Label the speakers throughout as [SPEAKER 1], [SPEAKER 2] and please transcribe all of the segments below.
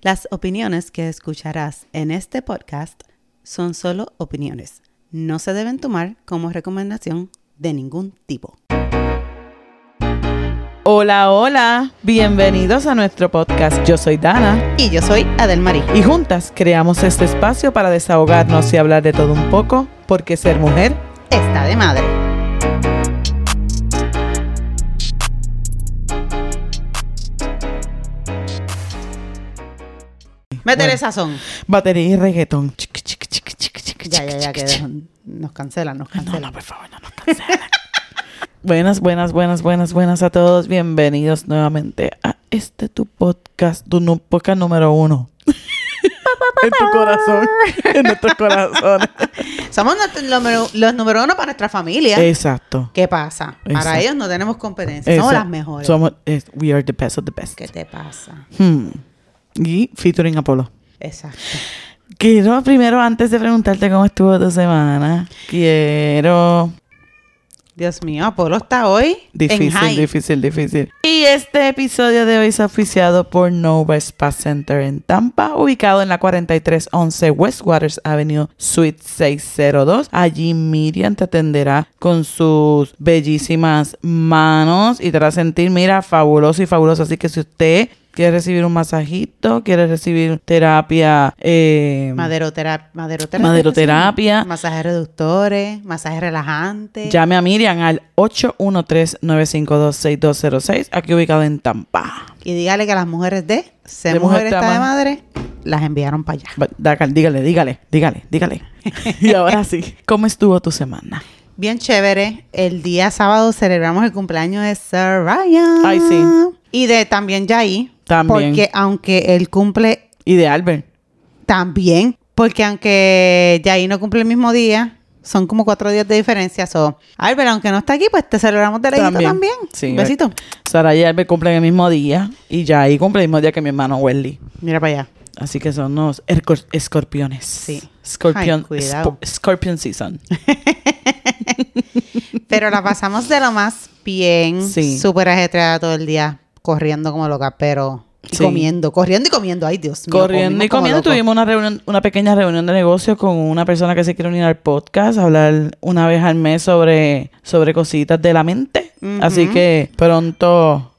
[SPEAKER 1] Las opiniones que escucharás en este podcast son solo opiniones. No se deben tomar como recomendación de ningún tipo.
[SPEAKER 2] Hola, hola, bienvenidos a nuestro podcast. Yo soy Dana
[SPEAKER 1] Y yo soy Adelmarí.
[SPEAKER 2] y juntas creamos este espacio para desahogarnos y hablar de todo un poco, porque ser mujer,
[SPEAKER 1] Está de madre. Métele
[SPEAKER 2] Bueno.
[SPEAKER 1] sazón.
[SPEAKER 2] batería y reggaetón. Chiqui, chiqui, chiqui, chiqui, chiqui,
[SPEAKER 1] Ya, ya, ya,
[SPEAKER 2] chiqui,
[SPEAKER 1] que
[SPEAKER 2] chiqui.
[SPEAKER 1] nos cancelan, nos
[SPEAKER 2] No,
[SPEAKER 1] cancelan.
[SPEAKER 2] no, por favor, no nos cancelen. buenas, buenas, buenas, buenas, buenas a todos. Bienvenidos nuevamente a este tu podcast, tu nu- podcast número uno. en tu corazón, en nuestros corazones.
[SPEAKER 1] Somos nuestro- los, número- los número uno para nuestra familia.
[SPEAKER 2] Exacto.
[SPEAKER 1] ¿Qué pasa? Para
[SPEAKER 2] Eh, Exacto.
[SPEAKER 1] ellos no tenemos competencia. Somos
[SPEAKER 2] Esa-
[SPEAKER 1] las mejores.
[SPEAKER 2] Somos, es- we are the best of the best.
[SPEAKER 1] ¿Qué te pasa?
[SPEAKER 2] Hmm. Y featuring Apolo.
[SPEAKER 1] Exacto.
[SPEAKER 2] Quiero primero, antes de preguntarte cómo estuvo tu semana, quiero...
[SPEAKER 1] Dios mío, Apolo está hoy en
[SPEAKER 2] Difícil,
[SPEAKER 1] high.
[SPEAKER 2] difícil, difícil. Y este episodio de hoy es oficiado por Nova Spa Center en Tampa, ubicado en la 4311 West Waters Avenue, Suite 602. Allí Miriam te atenderá con sus bellísimas manos y te hará sentir, mira, fabuloso y fabuloso. Así que si usted quiere recibir un masajito, quiere recibir terapia... Eh,
[SPEAKER 1] Maderotera- maderoterapia.
[SPEAKER 2] Maderoterapia.
[SPEAKER 1] Masajes reductores, masajes relajantes.
[SPEAKER 2] Llame a Miriam al 813-952-6206, aquí ubicado en Tampa.
[SPEAKER 1] Y dígale que las mujeres de Se
[SPEAKER 2] De
[SPEAKER 1] Mujer
[SPEAKER 2] Mujer
[SPEAKER 1] Está
[SPEAKER 2] Tama.
[SPEAKER 1] de Madre las enviaron para allá.
[SPEAKER 2] Va- da- Dígale, dígale, dígale, dígale. y ahora sí, ¿cómo estuvo tu semana?
[SPEAKER 1] Bien chévere. El día sábado celebramos el cumpleaños de Sir Ryan.
[SPEAKER 2] Ay, sí.
[SPEAKER 1] Y de también Yair.
[SPEAKER 2] También.
[SPEAKER 1] Porque aunque él cumple
[SPEAKER 2] Y de Albert.
[SPEAKER 1] también, porque aunque Yair no cumple el mismo día, son como cuatro días de diferencia. So, Albert, aunque no está aquí, pues te celebramos de leído también.
[SPEAKER 2] También.
[SPEAKER 1] también.
[SPEAKER 2] Sí, eh.
[SPEAKER 1] Besito.
[SPEAKER 2] Sara y Albert cumplen el mismo día y ya ahí cumple el mismo día que mi hermano Wesley.
[SPEAKER 1] Mira para allá.
[SPEAKER 2] Así que son los erco- escorpiones.
[SPEAKER 1] Sí.
[SPEAKER 2] Scorpion,
[SPEAKER 1] Ay, cuidado.
[SPEAKER 2] spo- scorpion season.
[SPEAKER 1] Pero la pasamos de lo más bien.
[SPEAKER 2] Sí.
[SPEAKER 1] Súper ajetreada todo el día, corriendo como loca, pero... y
[SPEAKER 2] Sí.
[SPEAKER 1] comiendo, corriendo y comiendo. Ay, Dios mío.
[SPEAKER 2] Corriendo
[SPEAKER 1] comimos
[SPEAKER 2] y
[SPEAKER 1] como
[SPEAKER 2] comiendo,
[SPEAKER 1] locos.
[SPEAKER 2] tuvimos una reunión, una pequeña reunión de negocios con una persona que se quiere unir al podcast, hablar una vez al mes sobre, sobre cositas de la mente.
[SPEAKER 1] Ujú.
[SPEAKER 2] Así que pronto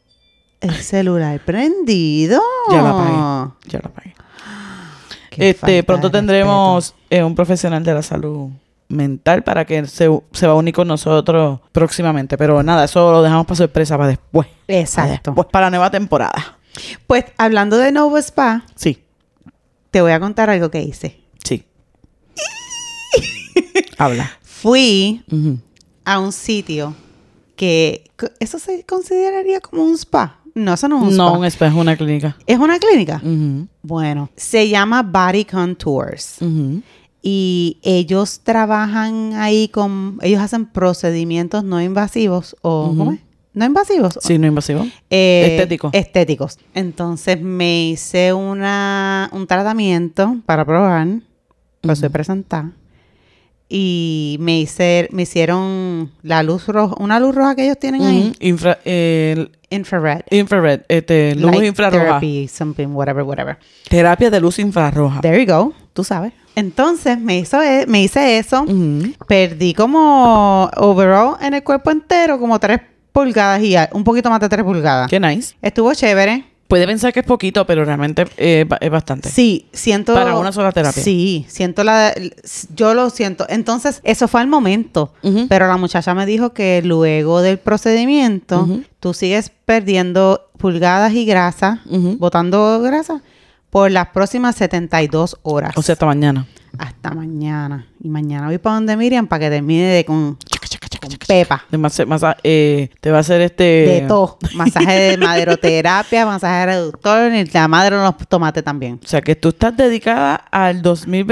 [SPEAKER 1] El celular prendido.
[SPEAKER 2] ya la pagué. Ya la pagué.
[SPEAKER 1] Qué falta de
[SPEAKER 2] Este, pronto tendremos eh, un profesional de la salud mental para que se, se va a unir con nosotros próximamente. Pero nada, eso lo dejamos para sorpresa para después.
[SPEAKER 1] respeto. Exacto.
[SPEAKER 2] Pues para la nueva temporada.
[SPEAKER 1] Pues hablando de Novo Spa,
[SPEAKER 2] Sí,
[SPEAKER 1] te voy a contar algo que hice.
[SPEAKER 2] sí. Habla.
[SPEAKER 1] Fui
[SPEAKER 2] Ujú.
[SPEAKER 1] a un sitio que eso se consideraría como un spa. No, eso no es un
[SPEAKER 2] No,
[SPEAKER 1] spa.
[SPEAKER 2] un Mm. espejo, una clínica.
[SPEAKER 1] Es una clínica.
[SPEAKER 2] Ujú,
[SPEAKER 1] Bueno, se llama Body Contours.
[SPEAKER 2] ujú.
[SPEAKER 1] y ellos trabajan ahí con, ellos hacen procedimientos no invasivos o ¿cómo es? no invasivos.
[SPEAKER 2] Sí, no invasivo.
[SPEAKER 1] Eh,
[SPEAKER 2] Estéticos.
[SPEAKER 1] Estéticos. Entonces me hice una, un tratamiento para probar, lo soy presentada. Y me hice, me hicieron la luz roja, una luz roja que ellos tienen
[SPEAKER 2] Ujú.
[SPEAKER 1] ahí,
[SPEAKER 2] Infra- el
[SPEAKER 1] infrared.
[SPEAKER 2] infrared, este, luz
[SPEAKER 1] light
[SPEAKER 2] infrarroja.
[SPEAKER 1] Therapy, something, whatever, whatever.
[SPEAKER 2] Terapia de luz infrarroja.
[SPEAKER 1] There you go, tú sabes. Entonces me hizo, e- me hice eso.
[SPEAKER 2] Ujú.
[SPEAKER 1] Perdí como overall en el cuerpo entero como 3 pulgadas y a- un poquito más de 3 pulgadas.
[SPEAKER 2] Qué nice.
[SPEAKER 1] Estuvo chévere.
[SPEAKER 2] Puede pensar que es poquito, pero realmente eh, ba- es bastante.
[SPEAKER 1] Sí, siento...
[SPEAKER 2] Para una sola terapia.
[SPEAKER 1] Sí, siento la... Yo lo siento. Entonces, eso fue al momento.
[SPEAKER 2] Ujú.
[SPEAKER 1] Pero la muchacha me dijo que luego del procedimiento,
[SPEAKER 2] Ujú.
[SPEAKER 1] tú sigues perdiendo pulgadas y grasa,
[SPEAKER 2] Ujú.
[SPEAKER 1] botando grasa, por las próximas 72 horas.
[SPEAKER 2] O sea, hasta mañana.
[SPEAKER 1] hasta mañana. Y mañana voy para donde Miriam para que termine de con, con Pepa.
[SPEAKER 2] De masa- masa- eh, te va a hacer este.
[SPEAKER 1] De todo. Masaje de maderoterapia, masaje reductor, y la madre de los tomates también.
[SPEAKER 2] O sea, que tú estás dedicada al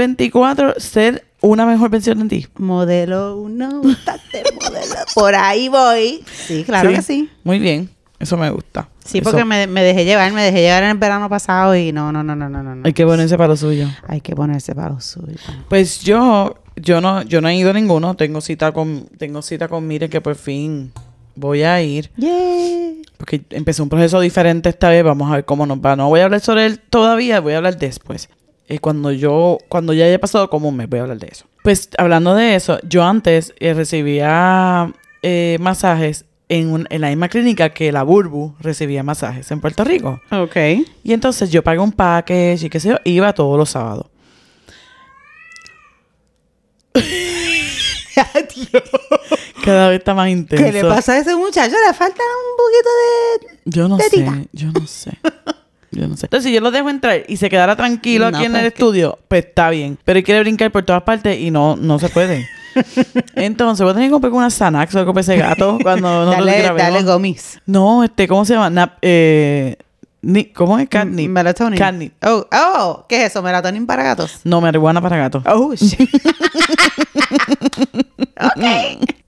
[SPEAKER 2] 2024 ser una mejor versión de ti.
[SPEAKER 1] Modelo uno, bastante modelo. Por ahí voy. Sí, claro que sí.
[SPEAKER 2] Muy bien. Eso me gusta.
[SPEAKER 1] Sí,
[SPEAKER 2] Eso.
[SPEAKER 1] porque me, me dejé llevar, me dejé llevar en el verano pasado y no, no, no, no, no, no. no.
[SPEAKER 2] Hay que ponerse para lo suyo.
[SPEAKER 1] Hay que ponerse para los suyos.
[SPEAKER 2] Pues yo, yo no, yo no he ido a ninguno. Tengo cita con, tengo cita con Mire que por fin voy a ir.
[SPEAKER 1] Yeah.
[SPEAKER 2] porque empecé un proceso diferente esta vez, vamos a ver cómo nos va. No voy a hablar sobre él todavía, voy a hablar después. Eh, cuando yo, cuando ya haya pasado como un mes, voy a hablar de eso. Pues hablando de eso, yo antes eh, recibía eh, masajes en, un- en la misma clínica que la Burbu recibía masajes en Puerto Rico.
[SPEAKER 1] Ok.
[SPEAKER 2] Y entonces yo pagué un package y qué sé yo, iba todos los sábados. Cada vez está más intenso.
[SPEAKER 1] ¿Qué le pasa a ese muchacho? Le falta un poquito de...
[SPEAKER 2] Yo no
[SPEAKER 1] Tetita.
[SPEAKER 2] sé, yo no sé. Yo no sé. Entonces, si yo lo dejo entrar y se quedara tranquilo
[SPEAKER 1] No,
[SPEAKER 2] aquí en
[SPEAKER 1] pues
[SPEAKER 2] el
[SPEAKER 1] es que-
[SPEAKER 2] estudio, pues está bien. Pero él quiere brincar por todas partes y no, no se puede. Entonces, voy a tener que comprar una Sanax o algo para ese gato cuando no
[SPEAKER 1] dale, dale
[SPEAKER 2] grabemos.
[SPEAKER 1] gomis.
[SPEAKER 2] No, este, ¿cómo se llama? Nap- eh, ni- ¿Cómo es? Catnip.
[SPEAKER 1] Mm, Melatonin.
[SPEAKER 2] Catnip.
[SPEAKER 1] Oh, oh, ¿qué es eso? Melatonin para gatos.
[SPEAKER 2] No, marihuana para gatos.
[SPEAKER 1] Oh, shit.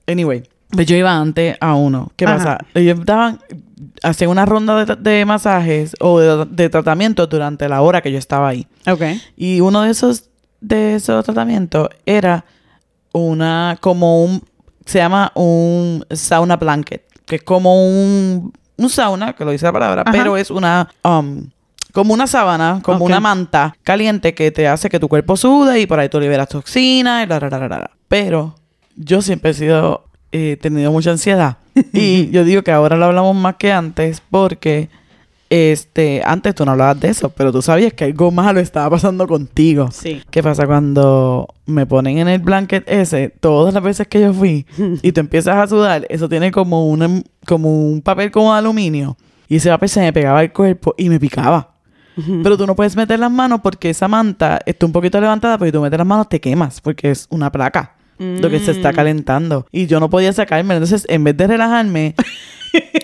[SPEAKER 2] Anyway, pues yo iba antes a uno. ¿Qué
[SPEAKER 1] Ajá.
[SPEAKER 2] pasa? Ellos daban, hacían una ronda de, de masajes o de, de tratamientos durante la hora que yo estaba ahí.
[SPEAKER 1] ok.
[SPEAKER 2] Y uno de esos, de esos tratamientos era una, como un, se llama un sauna blanket, que es como un, un sauna, que lo dice la palabra,
[SPEAKER 1] Ajá.
[SPEAKER 2] pero es una, um, como una sábana, como
[SPEAKER 1] Ok.
[SPEAKER 2] una manta caliente que te hace que tu cuerpo suda y por ahí tú liberas toxinas y la, la, la, la, la, la. Pero yo siempre he sido, eh, he tenido mucha ansiedad. y yo digo que ahora lo hablamos más que antes porque este, antes tú no hablabas de eso, pero tú sabías que algo malo estaba pasando contigo.
[SPEAKER 1] Sí.
[SPEAKER 2] ¿Qué pasa cuando me ponen en el blanket ese? Todas las veces que yo fui y tú empiezas a sudar, eso tiene como un, em, como un papel como de aluminio. Y ese papel se me pegaba al cuerpo y me picaba. Pero tú no puedes meter las manos porque esa manta está un poquito levantada, pero si tú metes las manos te quemas porque es una placa lo que se
[SPEAKER 1] Mm.
[SPEAKER 2] está calentando. Y yo no podía sacarme. Entonces, en vez de relajarme,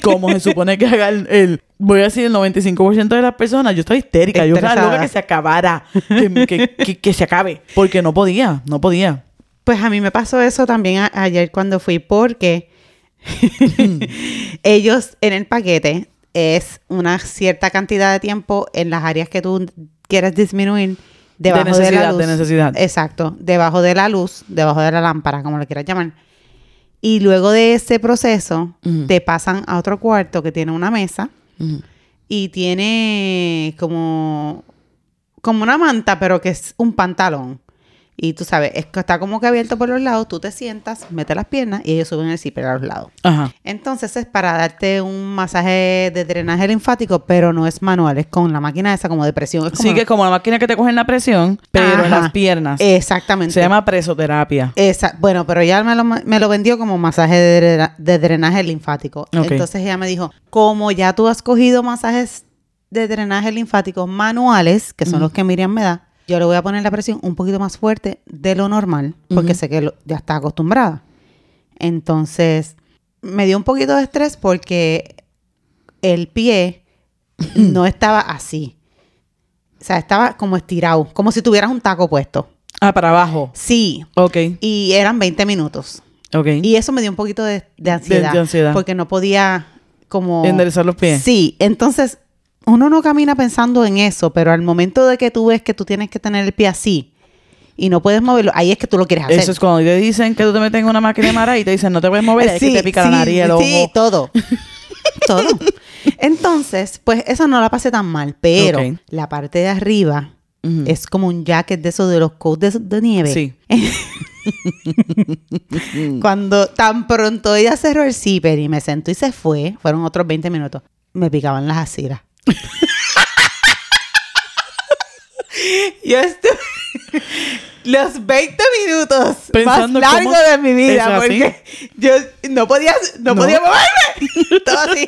[SPEAKER 2] como se supone que haga el, el- voy a decir el 95% de las personas, yo estaba histérica. Yo estaba
[SPEAKER 1] Estresada.
[SPEAKER 2] loca que se acabara, que, que- que- que se acabe. Porque no podía, no podía.
[SPEAKER 1] Pues a mí me pasó eso también a- ayer cuando fui porque ellos en el paquete es una cierta cantidad de tiempo en las áreas que tú quieras disminuir debajo de, la
[SPEAKER 2] necesidad,
[SPEAKER 1] luz. Eh,
[SPEAKER 2] de necesidad.
[SPEAKER 1] Exacto, debajo de la luz, debajo de la lámpara, como le quieras llamar. Y luego de ese proceso
[SPEAKER 2] Ujú.
[SPEAKER 1] te pasan a otro cuarto que tiene una mesa
[SPEAKER 2] Ujú.
[SPEAKER 1] y tiene como como una manta, pero que es un pantalón. Y tú sabes, es que está como que abierto por los lados, tú te sientas, metes las piernas y ellos suben el zipper a los lados.
[SPEAKER 2] Ajá.
[SPEAKER 1] Entonces es para darte un masaje de drenaje linfático, pero no es manual, es con la máquina esa como de presión. es como-
[SPEAKER 2] Sí, que es como la máquina que te cogen la presión, pero en
[SPEAKER 1] Ajá. Eh,
[SPEAKER 2] las piernas.
[SPEAKER 1] Exactamente.
[SPEAKER 2] Se llama presoterapia.
[SPEAKER 1] Esa- bueno, pero ella me lo, me lo vendió como masaje de, drena- de drenaje linfático.
[SPEAKER 2] Ok.
[SPEAKER 1] Entonces ella me dijo, como ya tú has cogido masajes de drenaje linfático manuales, que son
[SPEAKER 2] Ujú.
[SPEAKER 1] los que Miriam me da, yo le voy a poner la presión un poquito más fuerte de lo normal, porque
[SPEAKER 2] Ujú.
[SPEAKER 1] sé que lo- ya está acostumbrada. Entonces, me dio un poquito de estrés porque el pie no estaba así. O sea, estaba como estirado, como si tuvieras un taco puesto.
[SPEAKER 2] Ah, para abajo.
[SPEAKER 1] Sí,
[SPEAKER 2] Ok,
[SPEAKER 1] y eran 20 minutos.
[SPEAKER 2] ok.
[SPEAKER 1] Y eso me dio un poquito de, de ansiedad.
[SPEAKER 2] de ansiedad.
[SPEAKER 1] Porque no podía como...
[SPEAKER 2] Enderezar los pies.
[SPEAKER 1] Sí, entonces uno no camina pensando en eso, pero al momento de que tú ves que tú tienes que tener el pie así y no puedes moverlo, ahí es que tú lo quieres hacer.
[SPEAKER 2] Eso es cuando te dicen que tú te metes en una máquina de mara y te dicen no te puedes mover, es
[SPEAKER 1] Eh, Sí,
[SPEAKER 2] que te pica
[SPEAKER 1] sí,
[SPEAKER 2] la nariz, el ojo.
[SPEAKER 1] Sí, todo. todo. Entonces, pues eso no la pasé tan mal, pero
[SPEAKER 2] Ok.
[SPEAKER 1] la parte de arriba
[SPEAKER 2] Ujú.
[SPEAKER 1] es como un jacket de esos de los coats de, de nieve.
[SPEAKER 2] Sí.
[SPEAKER 1] Mm. Cuando tan pronto ella cerró el zipper y me sentó y se fue, fueron otros 20 minutos, me picaban las asiras. Yo estuve los 20 minutos
[SPEAKER 2] Pensando
[SPEAKER 1] más
[SPEAKER 2] cómo-
[SPEAKER 1] largos de mi vida
[SPEAKER 2] ¿Eso así?
[SPEAKER 1] porque yo no podía, no,
[SPEAKER 2] No.
[SPEAKER 1] podía moverme. Todo así.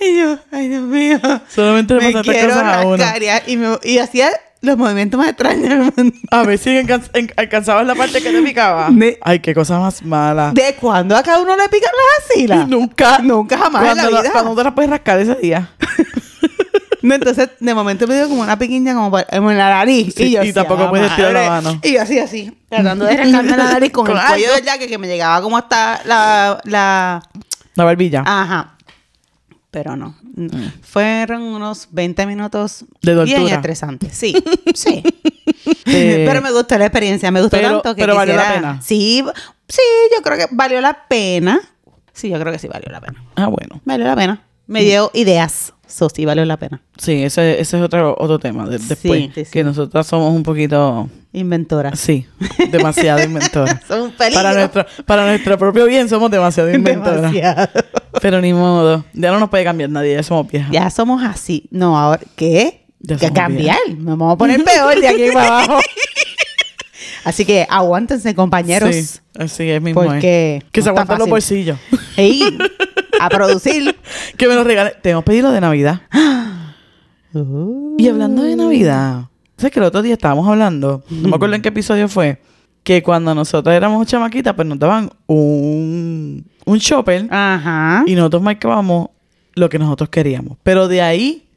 [SPEAKER 1] y yo, ay Dios mío,
[SPEAKER 2] Solamente le
[SPEAKER 1] me
[SPEAKER 2] pasa estas
[SPEAKER 1] quiero
[SPEAKER 2] cosas a uno.
[SPEAKER 1] rascar y, y me- y hacía los movimientos más extraños del mundo.
[SPEAKER 2] A ver si alcanz- en- alcanzabas la parte que te picaba.
[SPEAKER 1] De-
[SPEAKER 2] Ay, qué cosa más mala.
[SPEAKER 1] ¿De cuándo a cada uno le pican las asilas?
[SPEAKER 2] Nunca.
[SPEAKER 1] Nunca jamás en
[SPEAKER 2] Cuando,
[SPEAKER 1] la
[SPEAKER 2] la-
[SPEAKER 1] vida.
[SPEAKER 2] cuando te la puedes rascar ese día.
[SPEAKER 1] No, entonces, de momento me dio como una piquiña como por- como en la nariz.
[SPEAKER 2] Sí,
[SPEAKER 1] y yo
[SPEAKER 2] y
[SPEAKER 1] así,
[SPEAKER 2] tampoco
[SPEAKER 1] "Ah,
[SPEAKER 2] puedes tirar la
[SPEAKER 1] madre".
[SPEAKER 2] mano.
[SPEAKER 1] Y yo así, así, tratando de rascarme la nariz con el
[SPEAKER 2] Claro.
[SPEAKER 1] cuello del jaque que me llegaba como hasta la... la...
[SPEAKER 2] La barbilla.
[SPEAKER 1] Ajá. Pero no. Fueron unos 20 minutos
[SPEAKER 2] Mm. De tortura.
[SPEAKER 1] bien estresantes. Sí, sí.
[SPEAKER 2] Eh,
[SPEAKER 1] pero me gustó la experiencia. Me gustó
[SPEAKER 2] pero-
[SPEAKER 1] tanto que
[SPEAKER 2] pero valió la
[SPEAKER 1] quisiera-
[SPEAKER 2] pena.
[SPEAKER 1] Sí, sí, yo creo que valió la pena. Sí, yo creo que sí valió la pena.
[SPEAKER 2] Ah, bueno.
[SPEAKER 1] Valió la pena. Me dio ideas. So, sí, valió la pena.
[SPEAKER 2] Sí, ese, ese es otro, otro tema de-
[SPEAKER 1] Sí,
[SPEAKER 2] después.
[SPEAKER 1] sí, sí.
[SPEAKER 2] Que nosotras somos un poquito,
[SPEAKER 1] Inventoras.
[SPEAKER 2] sí, demasiado inventoras.
[SPEAKER 1] Son un peligro.
[SPEAKER 2] Para nuestro, para nuestro propio bien somos demasiado inventoras.
[SPEAKER 1] Demasiado.
[SPEAKER 2] Pero ni modo. Ya no nos puede cambiar nadie, ya somos viejas.
[SPEAKER 1] Ya somos así. No, ahora, ¿qué?
[SPEAKER 2] Ya
[SPEAKER 1] que
[SPEAKER 2] somos
[SPEAKER 1] cambiar. Me vamos a poner peor de aquí para abajo. Así que aguántense, compañeros.
[SPEAKER 2] Sí, así es mismo. es.
[SPEAKER 1] Porque.
[SPEAKER 2] Que
[SPEAKER 1] no está
[SPEAKER 2] se aguantan los
[SPEAKER 1] fácil.
[SPEAKER 2] bolsillos.
[SPEAKER 1] Ey, a producir.
[SPEAKER 2] que me los regalen. Tengo que pedirlo de Navidad. Y hablando de Navidad, ¿sabes que el otro día estábamos hablando? No me acuerdo en qué episodio fue. Que cuando nosotros éramos chamaquitas, pues nos daban un, un shopper
[SPEAKER 1] Ajá.
[SPEAKER 2] y nosotros marcábamos lo que nosotros queríamos. Pero de ahí,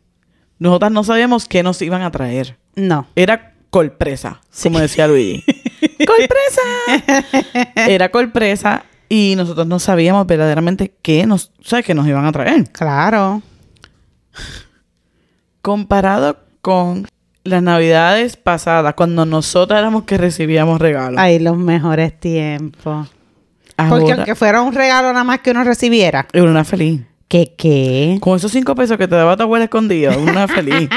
[SPEAKER 2] nosotras no sabíamos qué nos iban a traer.
[SPEAKER 1] No.
[SPEAKER 2] Era colpresa, como decía Luigi. ¡Colpresa! Era colpresa y nosotros no sabíamos verdaderamente qué nos, ¿sabes? qué nos iban a traer.
[SPEAKER 1] Claro.
[SPEAKER 2] Comparado con las navidades pasadas, cuando nosotros éramos que recibíamos regalos.
[SPEAKER 1] Ahí los mejores tiempos. Porque
[SPEAKER 2] Ahora,
[SPEAKER 1] aunque fuera un regalo nada más que uno recibiera.
[SPEAKER 2] era una feliz.
[SPEAKER 1] ¿Qué qué?
[SPEAKER 2] Con esos cinco pesos que te daba tu abuela escondido, una feliz.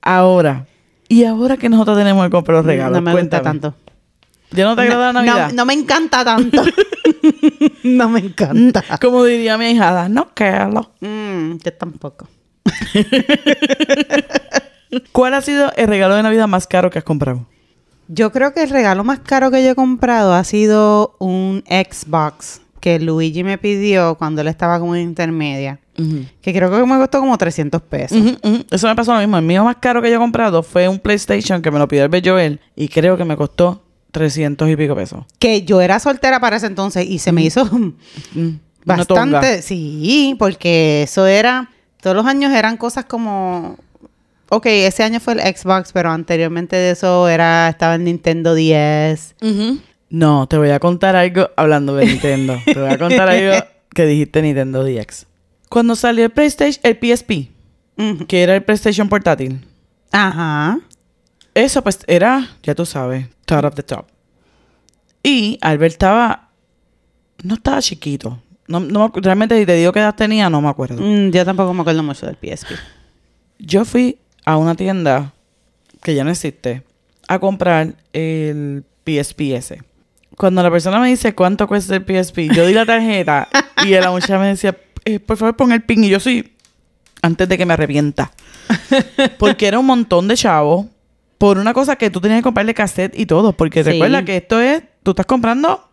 [SPEAKER 2] Ahora, y ahora que nosotros tenemos que comprar los regalos,
[SPEAKER 1] no me
[SPEAKER 2] cuéntame.
[SPEAKER 1] gusta tanto.
[SPEAKER 2] ¿Ya no te agrada la Navidad?
[SPEAKER 1] No, no me encanta tanto. no me encanta.
[SPEAKER 2] Como diría mi hijada, no quiero.
[SPEAKER 1] Mm, yo tampoco.
[SPEAKER 2] ¿Cuál ha sido el regalo de Navidad más caro que has comprado?
[SPEAKER 1] Yo creo que el regalo más caro que yo he comprado ha sido un Xbox que Luigi me pidió cuando él estaba como en intermedia. Que creo que me costó como 300 pesos.
[SPEAKER 2] Ujú, ujú. Eso me pasó lo mismo. El mío más caro que yo he comprado fue un PlayStation que me lo pidió el bello él y creo que me costó 300 y pico pesos.
[SPEAKER 1] Que yo era soltera para ese entonces y se me hizo
[SPEAKER 2] Mm, una tonga.
[SPEAKER 1] bastante. Sí, porque eso era. Todos los años eran cosas como. Ok, ese año fue el Xbox, pero anteriormente de eso era estaba el Nintendo 10.
[SPEAKER 2] No, te voy a contar algo hablando de Nintendo. te voy a contar algo que dijiste Nintendo DX. Cuando salió el PlayStation, el PSP,
[SPEAKER 1] Ujú.
[SPEAKER 2] que era el PlayStation portátil,
[SPEAKER 1] Ajá.
[SPEAKER 2] eso pues era, ya tú sabes, top of the top. Y Albert estaba, no estaba chiquito. No, no me acu- realmente si te digo qué edad tenía, no me acuerdo.
[SPEAKER 1] Mm, yo tampoco me acuerdo mucho del PSP.
[SPEAKER 2] Yo fui a una tienda que ya no existe a comprar el PSPS. Cuando la persona me dice cuánto cuesta el PSP, yo di la tarjeta y la muchacha me decía, "Eh, por favor pon el pin. Y yo sí, antes de que me arrepienta. Porque era un montón de chavos por una cosa que tú tenías que comprarle cassette y todo. Porque
[SPEAKER 1] Sí.
[SPEAKER 2] recuerda que esto es, tú estás comprando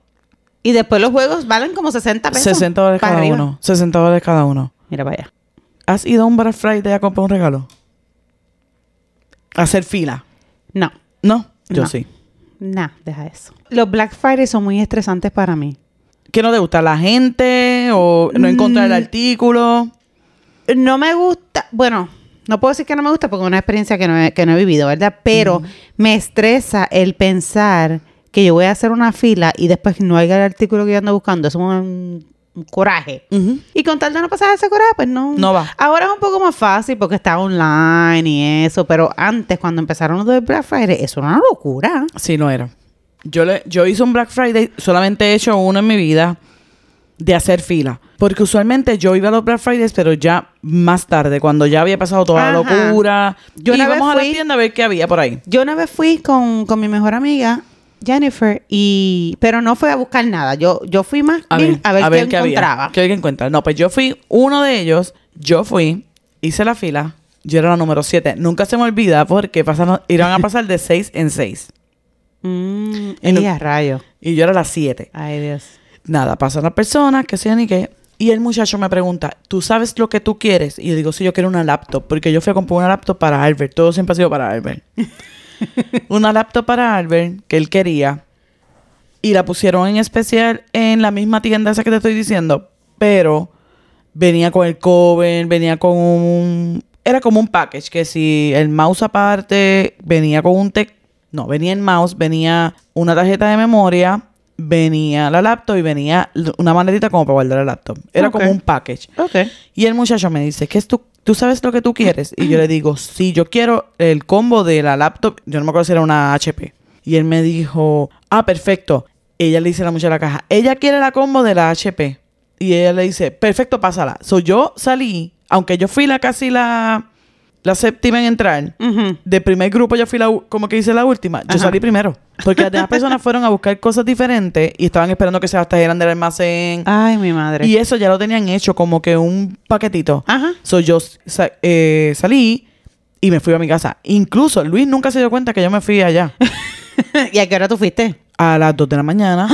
[SPEAKER 1] Y después los juegos valen como 60 pesos.
[SPEAKER 2] 60 dólares
[SPEAKER 1] para
[SPEAKER 2] cada
[SPEAKER 1] arriba.
[SPEAKER 2] uno. 60 dólares cada uno.
[SPEAKER 1] Mira para allá.
[SPEAKER 2] ¿Has ido a un Black Friday a comprar un regalo? A hacer fila.
[SPEAKER 1] No,
[SPEAKER 2] No, yo
[SPEAKER 1] No.
[SPEAKER 2] sí.
[SPEAKER 1] nah, deja eso. Los Black Friday son muy estresantes para mí.
[SPEAKER 2] ¿Qué no te gusta? ¿La gente? ¿O no encontrar
[SPEAKER 1] Mm.
[SPEAKER 2] el artículo?
[SPEAKER 1] No me gusta, bueno, no puedo decir que no me gusta porque es una experiencia que no he, que no he vivido, ¿verdad? Pero me estresa el pensar que yo voy a hacer una fila y después no haya el artículo que yo ando buscando. Es un, un coraje. Y con tal de no pasar ese coraje, pues no.
[SPEAKER 2] No va.
[SPEAKER 1] Ahora es un poco más fácil porque está online y eso, pero antes, cuando empezaron los de Black Friday, eso era una locura.
[SPEAKER 2] Sí, no era. Yo, le, yo hice un Black Friday, solamente he hecho uno en mi vida de hacer fila. Porque usualmente yo iba a los Black Fridays, pero ya más tarde, cuando ya había pasado toda la
[SPEAKER 1] Ajá.
[SPEAKER 2] locura.
[SPEAKER 1] Yo
[SPEAKER 2] Yo
[SPEAKER 1] una vez
[SPEAKER 2] íbamos a la
[SPEAKER 1] fui-
[SPEAKER 2] tienda a ver qué había por ahí.
[SPEAKER 1] Yo una vez fui con, con mi mejor amiga, Jennifer, y pero no fue a buscar nada. Yo, yo fui más
[SPEAKER 2] A
[SPEAKER 1] bien
[SPEAKER 2] ver,
[SPEAKER 1] a ver qué
[SPEAKER 2] había,
[SPEAKER 1] encontraba.
[SPEAKER 2] ¿Qué había que encontrar? No, pues yo fui uno de ellos. Yo fui, hice la fila. Yo era la número 7. Nunca se me olvida porque pasaron, iban a pasar de 6 en 6.
[SPEAKER 1] Mm,
[SPEAKER 2] En un-
[SPEAKER 1] y a rayo.
[SPEAKER 2] Y yo era la 7.
[SPEAKER 1] Ay, Dios.
[SPEAKER 2] Nada, pasan las personas, que sé yo ni qué. Y el muchacho me pregunta, ¿tú sabes lo que tú quieres? Y yo digo, sí, yo quiero una laptop. Porque yo fui a comprar una laptop para Albert. Todo siempre ha sido para Albert. una laptop para Albert que él quería. Y la pusieron en especial en la misma tienda esa que te estoy diciendo. Pero venía con el cover, venía con un... Era como un package, que si el mouse aparte, venía con un tec... No, venía el mouse, venía una tarjeta de memoria, venía la laptop y venía l- una maletita como para guardar la laptop. Era
[SPEAKER 1] Ok.
[SPEAKER 2] como un package.
[SPEAKER 1] Ok.
[SPEAKER 2] Y el muchacho me dice, ¿qué es tu, ¿tú sabes lo que tú quieres? Y yo le digo, sí, yo quiero el combo de la laptop. Yo no me acuerdo si era una HP. Y él me dijo, ah, perfecto. Ella le dice a la muchacha de la caja, ella quiere la combo de la HP. Y ella le dice, perfecto, pásala. So yo salí, aunque yo fui la casi la, la séptima en entrar,
[SPEAKER 1] Ujú.
[SPEAKER 2] de primer grupo yo fui la, u- como que hice la última, yo
[SPEAKER 1] Ajá.
[SPEAKER 2] salí primero. Porque las demás personas fueron a buscar cosas diferentes y estaban esperando que se abstrajeran del almacén.
[SPEAKER 1] Ay, mi madre.
[SPEAKER 2] y eso ya lo tenían hecho como que un paquetito. Ah,
[SPEAKER 1] Ajá.
[SPEAKER 2] So yo sa- eh, salí y me fui a mi casa. Incluso Luis nunca se dio cuenta que yo me fui allá
[SPEAKER 1] ¿Y a qué hora tú fuiste?
[SPEAKER 2] a las 2 de la mañana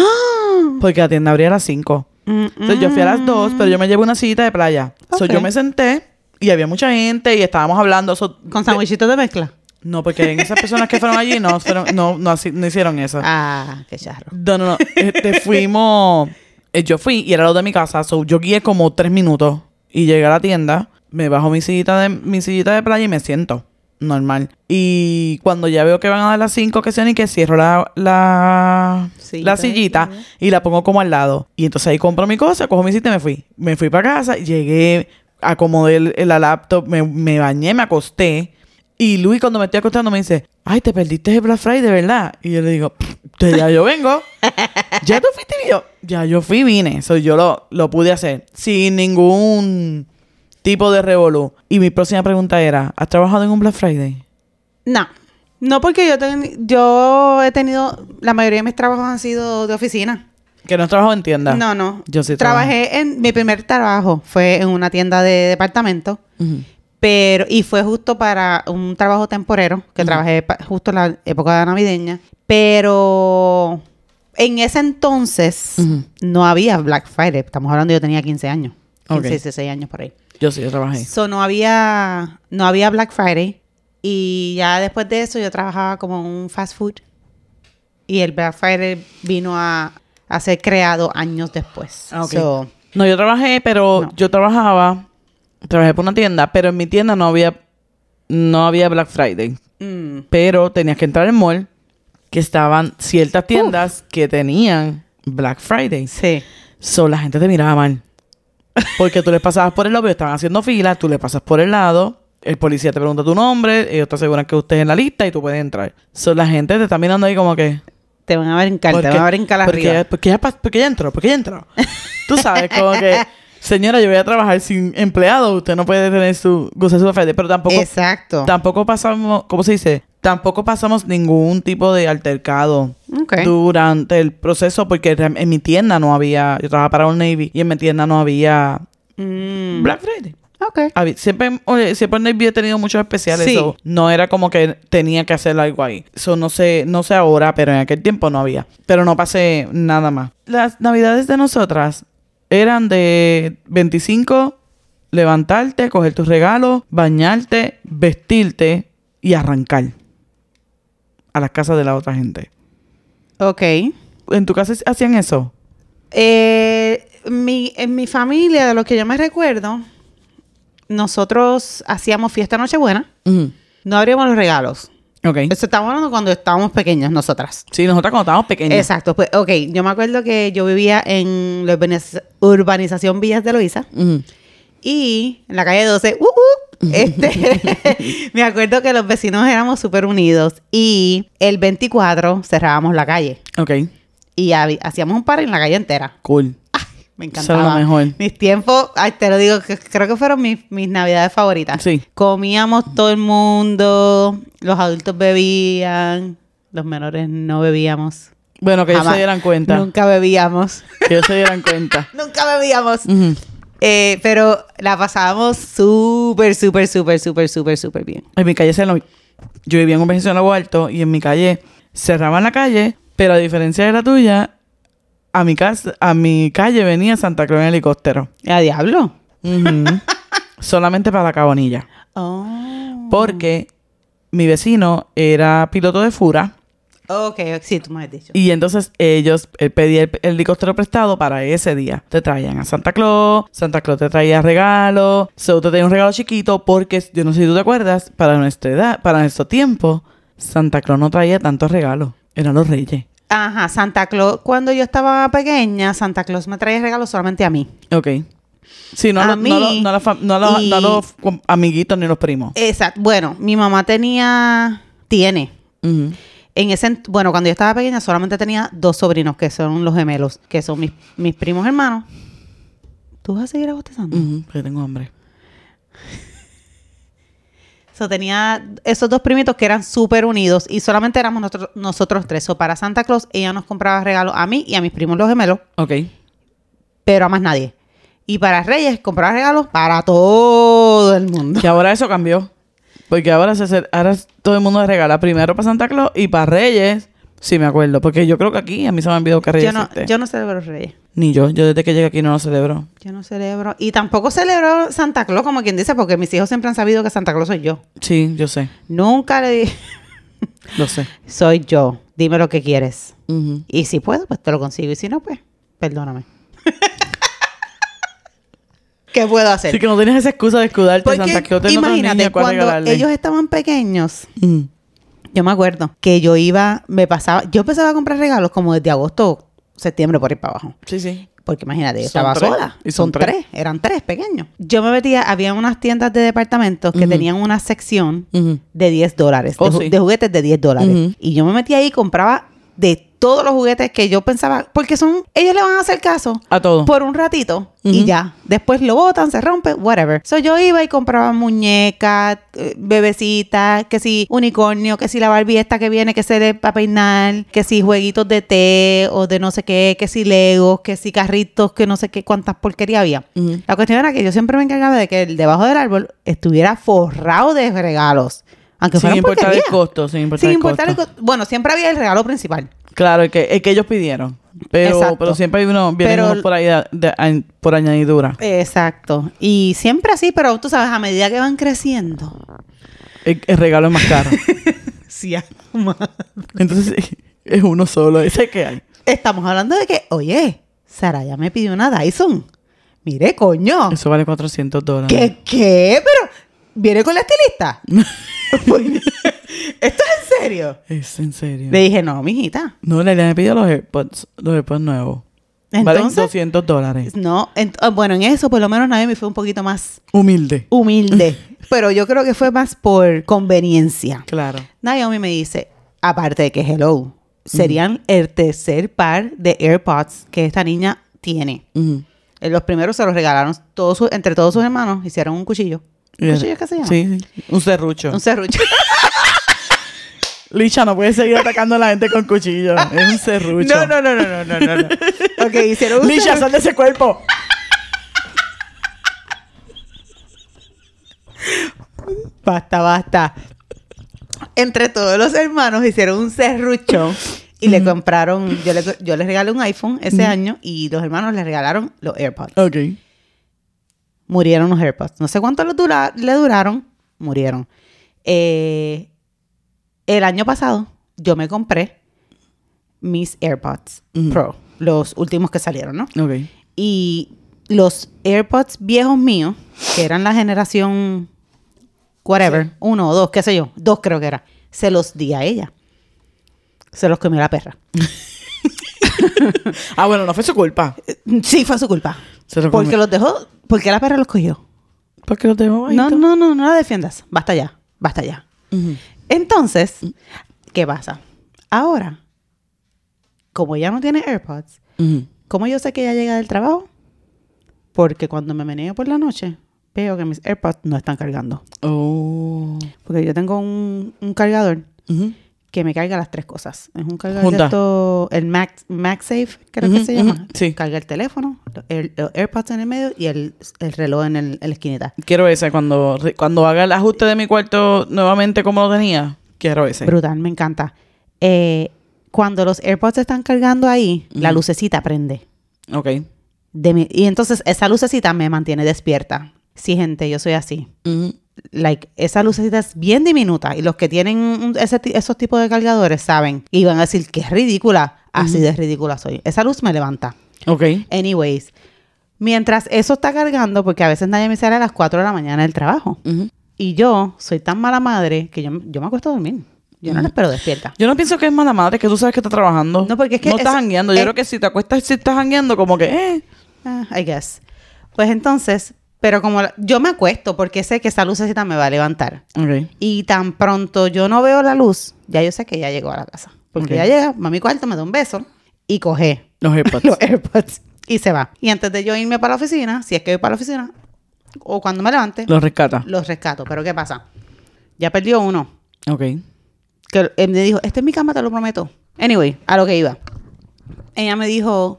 [SPEAKER 2] porque la tienda abría a las 5. Entonces yo fui a las 2, pero yo me llevé una sillita de playa. So
[SPEAKER 1] Ok.
[SPEAKER 2] yo me senté y había mucha gente y estábamos hablando. so-
[SPEAKER 1] ¿Con
[SPEAKER 2] de-
[SPEAKER 1] sandwichitos de mezcla?
[SPEAKER 2] no, porque en esas personas que fueron allí no, fueron- no, no, así- no hicieron eso.
[SPEAKER 1] Ah, qué charro.
[SPEAKER 2] No, no, no. Este, fuimos. eh, Yo fui y era lo de mi casa. So, yo guié como tres minutos y llegué a la tienda. Me bajo mi sillita de, mi sillita de playa y me siento. Normal. Y cuando ya veo que van a dar las cinco que sean y que cierro la, la,
[SPEAKER 1] Sillita
[SPEAKER 2] la
[SPEAKER 1] de
[SPEAKER 2] sillita
[SPEAKER 1] playa.
[SPEAKER 2] y la pongo como al lado. Y entonces ahí compro mi cosa, cojo mi sillita y me fui. Me fui para casa, llegué, acomodé el- la laptop, me, me bañé, me acosté. Y Luis cuando me estoy acostando me dice, ay, te perdiste el Black Friday, ¿verdad? Y yo le digo, "Pff, te- ya yo vengo. ya tú fuiste y yo, ya yo fui, vine. So, yo lo, lo pude hacer sin ningún tipo de revolú. Y mi próxima pregunta era, ¿has trabajado en un Black Friday?
[SPEAKER 1] No. No, porque yo, ten- yo he tenido. La mayoría de mis trabajos han sido de oficina.
[SPEAKER 2] Que no has trabajado en tienda.
[SPEAKER 1] No, no.
[SPEAKER 2] Yo sí
[SPEAKER 1] Trabajé en. Mi primer trabajo fue en una tienda de departamento.
[SPEAKER 2] Ujú.
[SPEAKER 1] Pero, y fue justo para un trabajo temporero que
[SPEAKER 2] Ujú.
[SPEAKER 1] trabajé pa- justo en la época navideña. Pero en ese entonces
[SPEAKER 2] Ujú.
[SPEAKER 1] no había Black Friday. Estamos hablando, yo tenía 15 años. 15,
[SPEAKER 2] Ok.
[SPEAKER 1] 16 años por ahí.
[SPEAKER 2] Yo sí, yo trabajé.
[SPEAKER 1] So, no había, no había Black Friday. Y ya después de eso yo trabajaba como en un fast food. Y el Black Friday vino a, a ser creado años después.
[SPEAKER 2] Ah, ok.
[SPEAKER 1] So,
[SPEAKER 2] No, yo trabajé, pero
[SPEAKER 1] No.
[SPEAKER 2] yo trabajaba, trabajé por una tienda, pero en mi tienda no había, no había Black Friday.
[SPEAKER 1] mm,
[SPEAKER 2] Pero tenías que entrar al mall, que estaban ciertas tiendas que tenían Black Friday.
[SPEAKER 1] sí.
[SPEAKER 2] So, la gente te miraba mal. Porque tú les pasabas por el lado, pero estaban haciendo fila, tú le pasas por el lado, el policía te pregunta tu nombre, ellos te aseguran que usted es en la lista y tú puedes entrar. So, la gente te está mirando ahí como que...
[SPEAKER 1] Te van a brincar, te van a brincar
[SPEAKER 2] porque,
[SPEAKER 1] arriba.
[SPEAKER 2] porque ya, pas- porque ya entró, porque ya entró. Tú sabes, como que, señora, yo voy a trabajar sin empleado, usted no puede tener su, gozar su oferta, pero tampoco,
[SPEAKER 1] Exacto.
[SPEAKER 2] tampoco pasamos, ¿cómo se dice? Tampoco pasamos ningún tipo de altercado
[SPEAKER 1] Ok.
[SPEAKER 2] durante el proceso, porque re- en mi tienda no había, yo trabajaba para Old Navy y en mi tienda no había
[SPEAKER 1] Mm,
[SPEAKER 2] Black Friday.
[SPEAKER 1] ok.
[SPEAKER 2] Había- Siempre, oye, siempre Old Navy he tenido muchos especiales.
[SPEAKER 1] Sí.
[SPEAKER 2] so, no era como que tenía que hacer algo ahí. Eso no sé, no sé ahora, pero en aquel tiempo no había. Pero no pasé nada más. Las navidades de nosotras eran de 25, levantarte, coger tus regalos, bañarte, vestirte y arrancar a las casas de la otra gente.
[SPEAKER 1] Ok.
[SPEAKER 2] ¿En tu casa hacían eso?
[SPEAKER 1] Eh, mi, en mi familia, de lo que yo me recuerdo, nosotros hacíamos fiesta Nochebuena. No abríamos los regalos.
[SPEAKER 2] Ok.
[SPEAKER 1] Eso estábamos hablando cuando estábamos pequeños nosotras.
[SPEAKER 2] Sí, nosotras cuando estábamos pequeñas.
[SPEAKER 1] Exacto. Pues, ok, yo me acuerdo que yo vivía en la urbaniz- urbanización Villas de Loíza.
[SPEAKER 2] Ujú.
[SPEAKER 1] Y en la calle 12, ¡uh, uh! Este, me acuerdo que los vecinos éramos súper unidos. Y el 24 cerrábamos la calle.
[SPEAKER 2] Ok.
[SPEAKER 1] Y habi- hacíamos un par en la calle entera.
[SPEAKER 2] Cool.
[SPEAKER 1] Me
[SPEAKER 2] Eso era
[SPEAKER 1] encantaba.
[SPEAKER 2] lo mejor.
[SPEAKER 1] Mis tiempos, ay, te lo digo, que creo que fueron mis, mis navidades favoritas.
[SPEAKER 2] Sí.
[SPEAKER 1] Comíamos todo el mundo, los adultos bebían, los menores no bebíamos.
[SPEAKER 2] Bueno, que ellos
[SPEAKER 1] Jamás.
[SPEAKER 2] se dieran cuenta.
[SPEAKER 1] Nunca bebíamos.
[SPEAKER 2] Que ellos se dieran cuenta.
[SPEAKER 1] Nunca bebíamos.
[SPEAKER 2] Ujú.
[SPEAKER 1] Eh, pero la pasábamos súper, súper, súper, súper, súper, súper bien.
[SPEAKER 2] En mi calle se lo... Yo vivía en un vecindario en alto y en mi calle cerraban la calle, pero a diferencia de la tuya, a mi casa, a mi calle venía Santa Claus en helicóptero.
[SPEAKER 1] ¿A diablo?
[SPEAKER 2] Ujú. Solamente para la cabonilla.
[SPEAKER 1] Oh.
[SPEAKER 2] Porque mi vecino era piloto de fura.
[SPEAKER 1] Ok, sí, tú me has dicho.
[SPEAKER 2] Y entonces ellos eh, pedía el, el helicóptero prestado para ese día. Te traían a Santa Claus, Santa Claus te traía regalos, so te traía un regalo chiquito porque yo no sé si tú te acuerdas, para nuestra edad, para nuestro tiempo, Santa Claus no traía tantos regalos, eran los reyes.
[SPEAKER 1] Ajá, Santa Claus. Cuando yo estaba pequeña, Santa Claus me traía regalos solamente a mí.
[SPEAKER 2] Ok. Sí, no a
[SPEAKER 1] A
[SPEAKER 2] los- no a los-
[SPEAKER 1] mí
[SPEAKER 2] no a los fam- no a los-
[SPEAKER 1] y- Eh,
[SPEAKER 2] no a los com- amiguitos ni los primos.
[SPEAKER 1] Exacto. Bueno, mi mamá tenía, tiene.
[SPEAKER 2] Ujú.
[SPEAKER 1] En ese, ent- bueno, cuando yo estaba pequeña solamente tenía dos sobrinos que son los gemelos, que son mis, mis primos hermanos. ¿Tú vas a seguir abostezando?
[SPEAKER 2] Ujú, porque tengo hambre.
[SPEAKER 1] So, tenía esos dos primitos que eran súper unidos y solamente éramos nosotros, nosotros tres. So, para Santa Claus, ella nos compraba regalos a mí y a mis primos los gemelos,
[SPEAKER 2] Ok.
[SPEAKER 1] pero a más nadie. Y para Reyes, compraba regalos para todo el mundo.
[SPEAKER 2] Que ahora eso cambió. Porque ahora, se hace- ahora todo el mundo regala primero para Santa Claus y para Reyes. Sí, me acuerdo. Porque yo creo que aquí a mí se me ha olvidado que Reyes
[SPEAKER 1] Yo no,
[SPEAKER 2] existe.
[SPEAKER 1] yo no celebro Reyes.
[SPEAKER 2] Ni yo. Yo desde que llegué aquí no lo celebro.
[SPEAKER 1] Yo no celebro. Y tampoco celebro Santa Claus, como quien dice, porque mis hijos siempre han sabido que Santa Claus soy yo.
[SPEAKER 2] Sí, yo sé.
[SPEAKER 1] Nunca le dije,
[SPEAKER 2] Lo sé.
[SPEAKER 1] soy yo, dime lo que quieres.
[SPEAKER 2] Ujú.
[SPEAKER 1] Y si puedo, pues te lo consigo. Y si no, pues, perdóname. ¿Qué puedo hacer?
[SPEAKER 2] Así que no tienes esa excusa de escudarte
[SPEAKER 1] Porque
[SPEAKER 2] Santa Claus. tiene otros
[SPEAKER 1] imagínate,
[SPEAKER 2] niños cuál
[SPEAKER 1] cuando
[SPEAKER 2] regalarle.
[SPEAKER 1] ellos estaban pequeños,
[SPEAKER 2] Mm.
[SPEAKER 1] yo me acuerdo que yo iba, me pasaba, yo empezaba a comprar regalos como desde agosto, septiembre, por ahí para abajo.
[SPEAKER 2] Sí, sí.
[SPEAKER 1] Porque imagínate, yo
[SPEAKER 2] Son
[SPEAKER 1] estaba
[SPEAKER 2] tres.
[SPEAKER 1] sola.
[SPEAKER 2] Y
[SPEAKER 1] Y
[SPEAKER 2] son
[SPEAKER 1] son,
[SPEAKER 2] tres.
[SPEAKER 1] tres. eran tres pequeños. Yo me metía, había unas tiendas de departamentos que
[SPEAKER 2] Ujú.
[SPEAKER 1] tenían una sección
[SPEAKER 2] Ujú.
[SPEAKER 1] de 10 dólares,
[SPEAKER 2] Oh,
[SPEAKER 1] de, ju-
[SPEAKER 2] sí.
[SPEAKER 1] de juguetes de 10 dólares.
[SPEAKER 2] Ujú.
[SPEAKER 1] Y yo me metía ahí y compraba de todos los juguetes que yo pensaba, porque son, ellos le van a hacer caso
[SPEAKER 2] A todo.
[SPEAKER 1] por un ratito
[SPEAKER 2] Ujú.
[SPEAKER 1] y ya. Después lo botan, se rompe, whatever. So yo iba y compraba muñecas, eh, bebecitas, que si unicornio, que si la Barbie esta que viene, que se le para peinar, que si jueguitos de té o de no sé qué, que si legos, que si carritos, que no sé qué, cuántas porquerías había.
[SPEAKER 2] Ujú.
[SPEAKER 1] La cuestión era que yo siempre me encargaba de que el debajo del árbol estuviera forrado de regalos. Aunque
[SPEAKER 2] Sin
[SPEAKER 1] fueran
[SPEAKER 2] importar el
[SPEAKER 1] porquerías.
[SPEAKER 2] costo. Sin importar
[SPEAKER 1] Sin
[SPEAKER 2] el
[SPEAKER 1] importar el
[SPEAKER 2] costo.
[SPEAKER 1] costo. Bueno, siempre había el regalo principal.
[SPEAKER 2] Claro, el que, el que ellos pidieron. Pero,
[SPEAKER 1] Exacto.
[SPEAKER 2] pero siempre hay uno, vienen
[SPEAKER 1] Pero-
[SPEAKER 2] unos por ahí a- de- a- por añadidura.
[SPEAKER 1] Exacto. Y siempre así, pero tú sabes, a medida que van creciendo.
[SPEAKER 2] El, el regalo es más caro.
[SPEAKER 1] Sí,
[SPEAKER 2] Entonces, es uno solo. Ese que hay.
[SPEAKER 1] Estamos hablando de que, oye, Sara ya me pidió una Dyson. Mire, coño.
[SPEAKER 2] Eso vale 400 dólares.
[SPEAKER 1] Ah. ¿Qué, qué? Pero, ¿viene con la estilista? Pues, ¿Esto es en serio?
[SPEAKER 2] Es en serio.
[SPEAKER 1] Le dije, no, mijita.
[SPEAKER 2] No, la idea me pidió los AirPods, los AirPods nuevos. Valen
[SPEAKER 1] Entonces,
[SPEAKER 2] 200 dólares.
[SPEAKER 1] no. ent- ah, bueno, en eso, por lo menos, nadie me fue un poquito más
[SPEAKER 2] Humilde.
[SPEAKER 1] humilde. pero yo creo que fue más por conveniencia.
[SPEAKER 2] Claro.
[SPEAKER 1] Naomi me dice, aparte de que hello, serían el tercer par de AirPods que esta niña tiene.
[SPEAKER 2] Ujú.
[SPEAKER 1] Eh, Los primeros se los regalaron todos sus- entre todos sus hermanos, hicieron un cuchillo.
[SPEAKER 2] Y-
[SPEAKER 1] ¿Cuchillo qué se llama?
[SPEAKER 2] Sí, sí. Un serrucho.
[SPEAKER 1] Un serrucho.
[SPEAKER 2] Licha no puede seguir atacando a la gente con cuchillo. Es un serrucho.
[SPEAKER 1] no, no, no, no, no, no, no, no. Ok, hicieron un
[SPEAKER 2] Licha,
[SPEAKER 1] serrucho.
[SPEAKER 2] sal de ese cuerpo.
[SPEAKER 1] Basta, basta. Entre todos los hermanos hicieron un serrucho y le compraron, yo, le, yo les regalé un iPhone ese año y los hermanos le regalaron los AirPods.
[SPEAKER 2] Ok.
[SPEAKER 1] murieron los AirPods. No sé cuánto los dura- le duraron, murieron. Eh, el año pasado yo me compré mis AirPods
[SPEAKER 2] Ujú.
[SPEAKER 1] Pro, los últimos que salieron, ¿no?
[SPEAKER 2] Ok.
[SPEAKER 1] Y los AirPods viejos míos, que eran la generación whatever, uno o dos, qué sé yo, dos creo que era, se los di a ella. Se los comió la perra.
[SPEAKER 2] Ah, bueno, no fue su culpa.
[SPEAKER 1] Eh, Sí, fue su culpa.
[SPEAKER 2] Se lo
[SPEAKER 1] Porque
[SPEAKER 2] comió.
[SPEAKER 1] los dejó, porque la perra los cogió.
[SPEAKER 2] ¿Por qué lo tengo
[SPEAKER 1] No, no, no, no la defiendas. Basta ya, basta ya. Entonces, ¿qué pasa? Ahora, como ella no tiene AirPods, ¿cómo yo sé que ella llega del trabajo? Porque cuando me meneo por la noche, veo que mis AirPods no están cargando.
[SPEAKER 2] Oh.
[SPEAKER 1] Porque yo tengo un, un cargador
[SPEAKER 2] Ujú.
[SPEAKER 1] que me carga las tres cosas. Es un cargador
[SPEAKER 2] Junta.
[SPEAKER 1] de esto, el Max, MagSafe, creo
[SPEAKER 2] Ujú,
[SPEAKER 1] que se llama.
[SPEAKER 2] ujú, sí.
[SPEAKER 1] Carga el teléfono, el, los AirPods en el medio y el, el reloj en, el, en la esquinita.
[SPEAKER 2] Quiero ese cuando, re- cuando haga el ajuste de mi cuarto nuevamente como lo tenía. Quiero ese.
[SPEAKER 1] Brutal, me encanta. Eh, cuando los AirPods están cargando ahí, la
[SPEAKER 2] Ujú.
[SPEAKER 1] lucecita prende.
[SPEAKER 2] ok.
[SPEAKER 1] de mi- y entonces esa lucecita me mantiene despierta. Sí, gente, yo soy así. Like, esa lucecita es bien diminuta y los que tienen un- ese ti- esos tipos de cargadores saben y van a decir que es ridícula. Así de ridícula soy. Esa luz me levanta.
[SPEAKER 2] Ok.
[SPEAKER 1] Anyways, mientras eso está cargando, porque a veces nadie me sale a las 4 de la mañana del trabajo. Y yo soy tan mala madre que yo, yo me acuesto a dormir. Yo no la espero despierta.
[SPEAKER 2] Yo no pienso que es mala madre, que tú sabes que está trabajando.
[SPEAKER 1] No, porque es que
[SPEAKER 2] No estás
[SPEAKER 1] eso-
[SPEAKER 2] jangueando. Yo
[SPEAKER 1] es-
[SPEAKER 2] creo que si te acuestas, si estás jangueando, como que, eh.
[SPEAKER 1] Ah, I guess. Pues entonces, pero como la- yo me acuesto porque sé que esa lucecita me va a levantar.
[SPEAKER 2] Ok.
[SPEAKER 1] Y tan pronto yo no veo la luz, ya yo sé que ya llegó a la casa. Porque
[SPEAKER 2] Ok.
[SPEAKER 1] ya llega, mami cuarto, me da un beso y coge
[SPEAKER 2] Los AirPods.
[SPEAKER 1] los AirPods. y se va. Y antes de yo irme para la oficina, si es que voy para la oficina, o cuando me levante,
[SPEAKER 2] Lo rescata.
[SPEAKER 1] los rescato. Pero ¿qué pasa? Ya perdió uno.
[SPEAKER 2] Ok.
[SPEAKER 1] Que él me dijo, esta es mi cama, te lo prometo. Anyway, a lo que iba. Ella me dijo,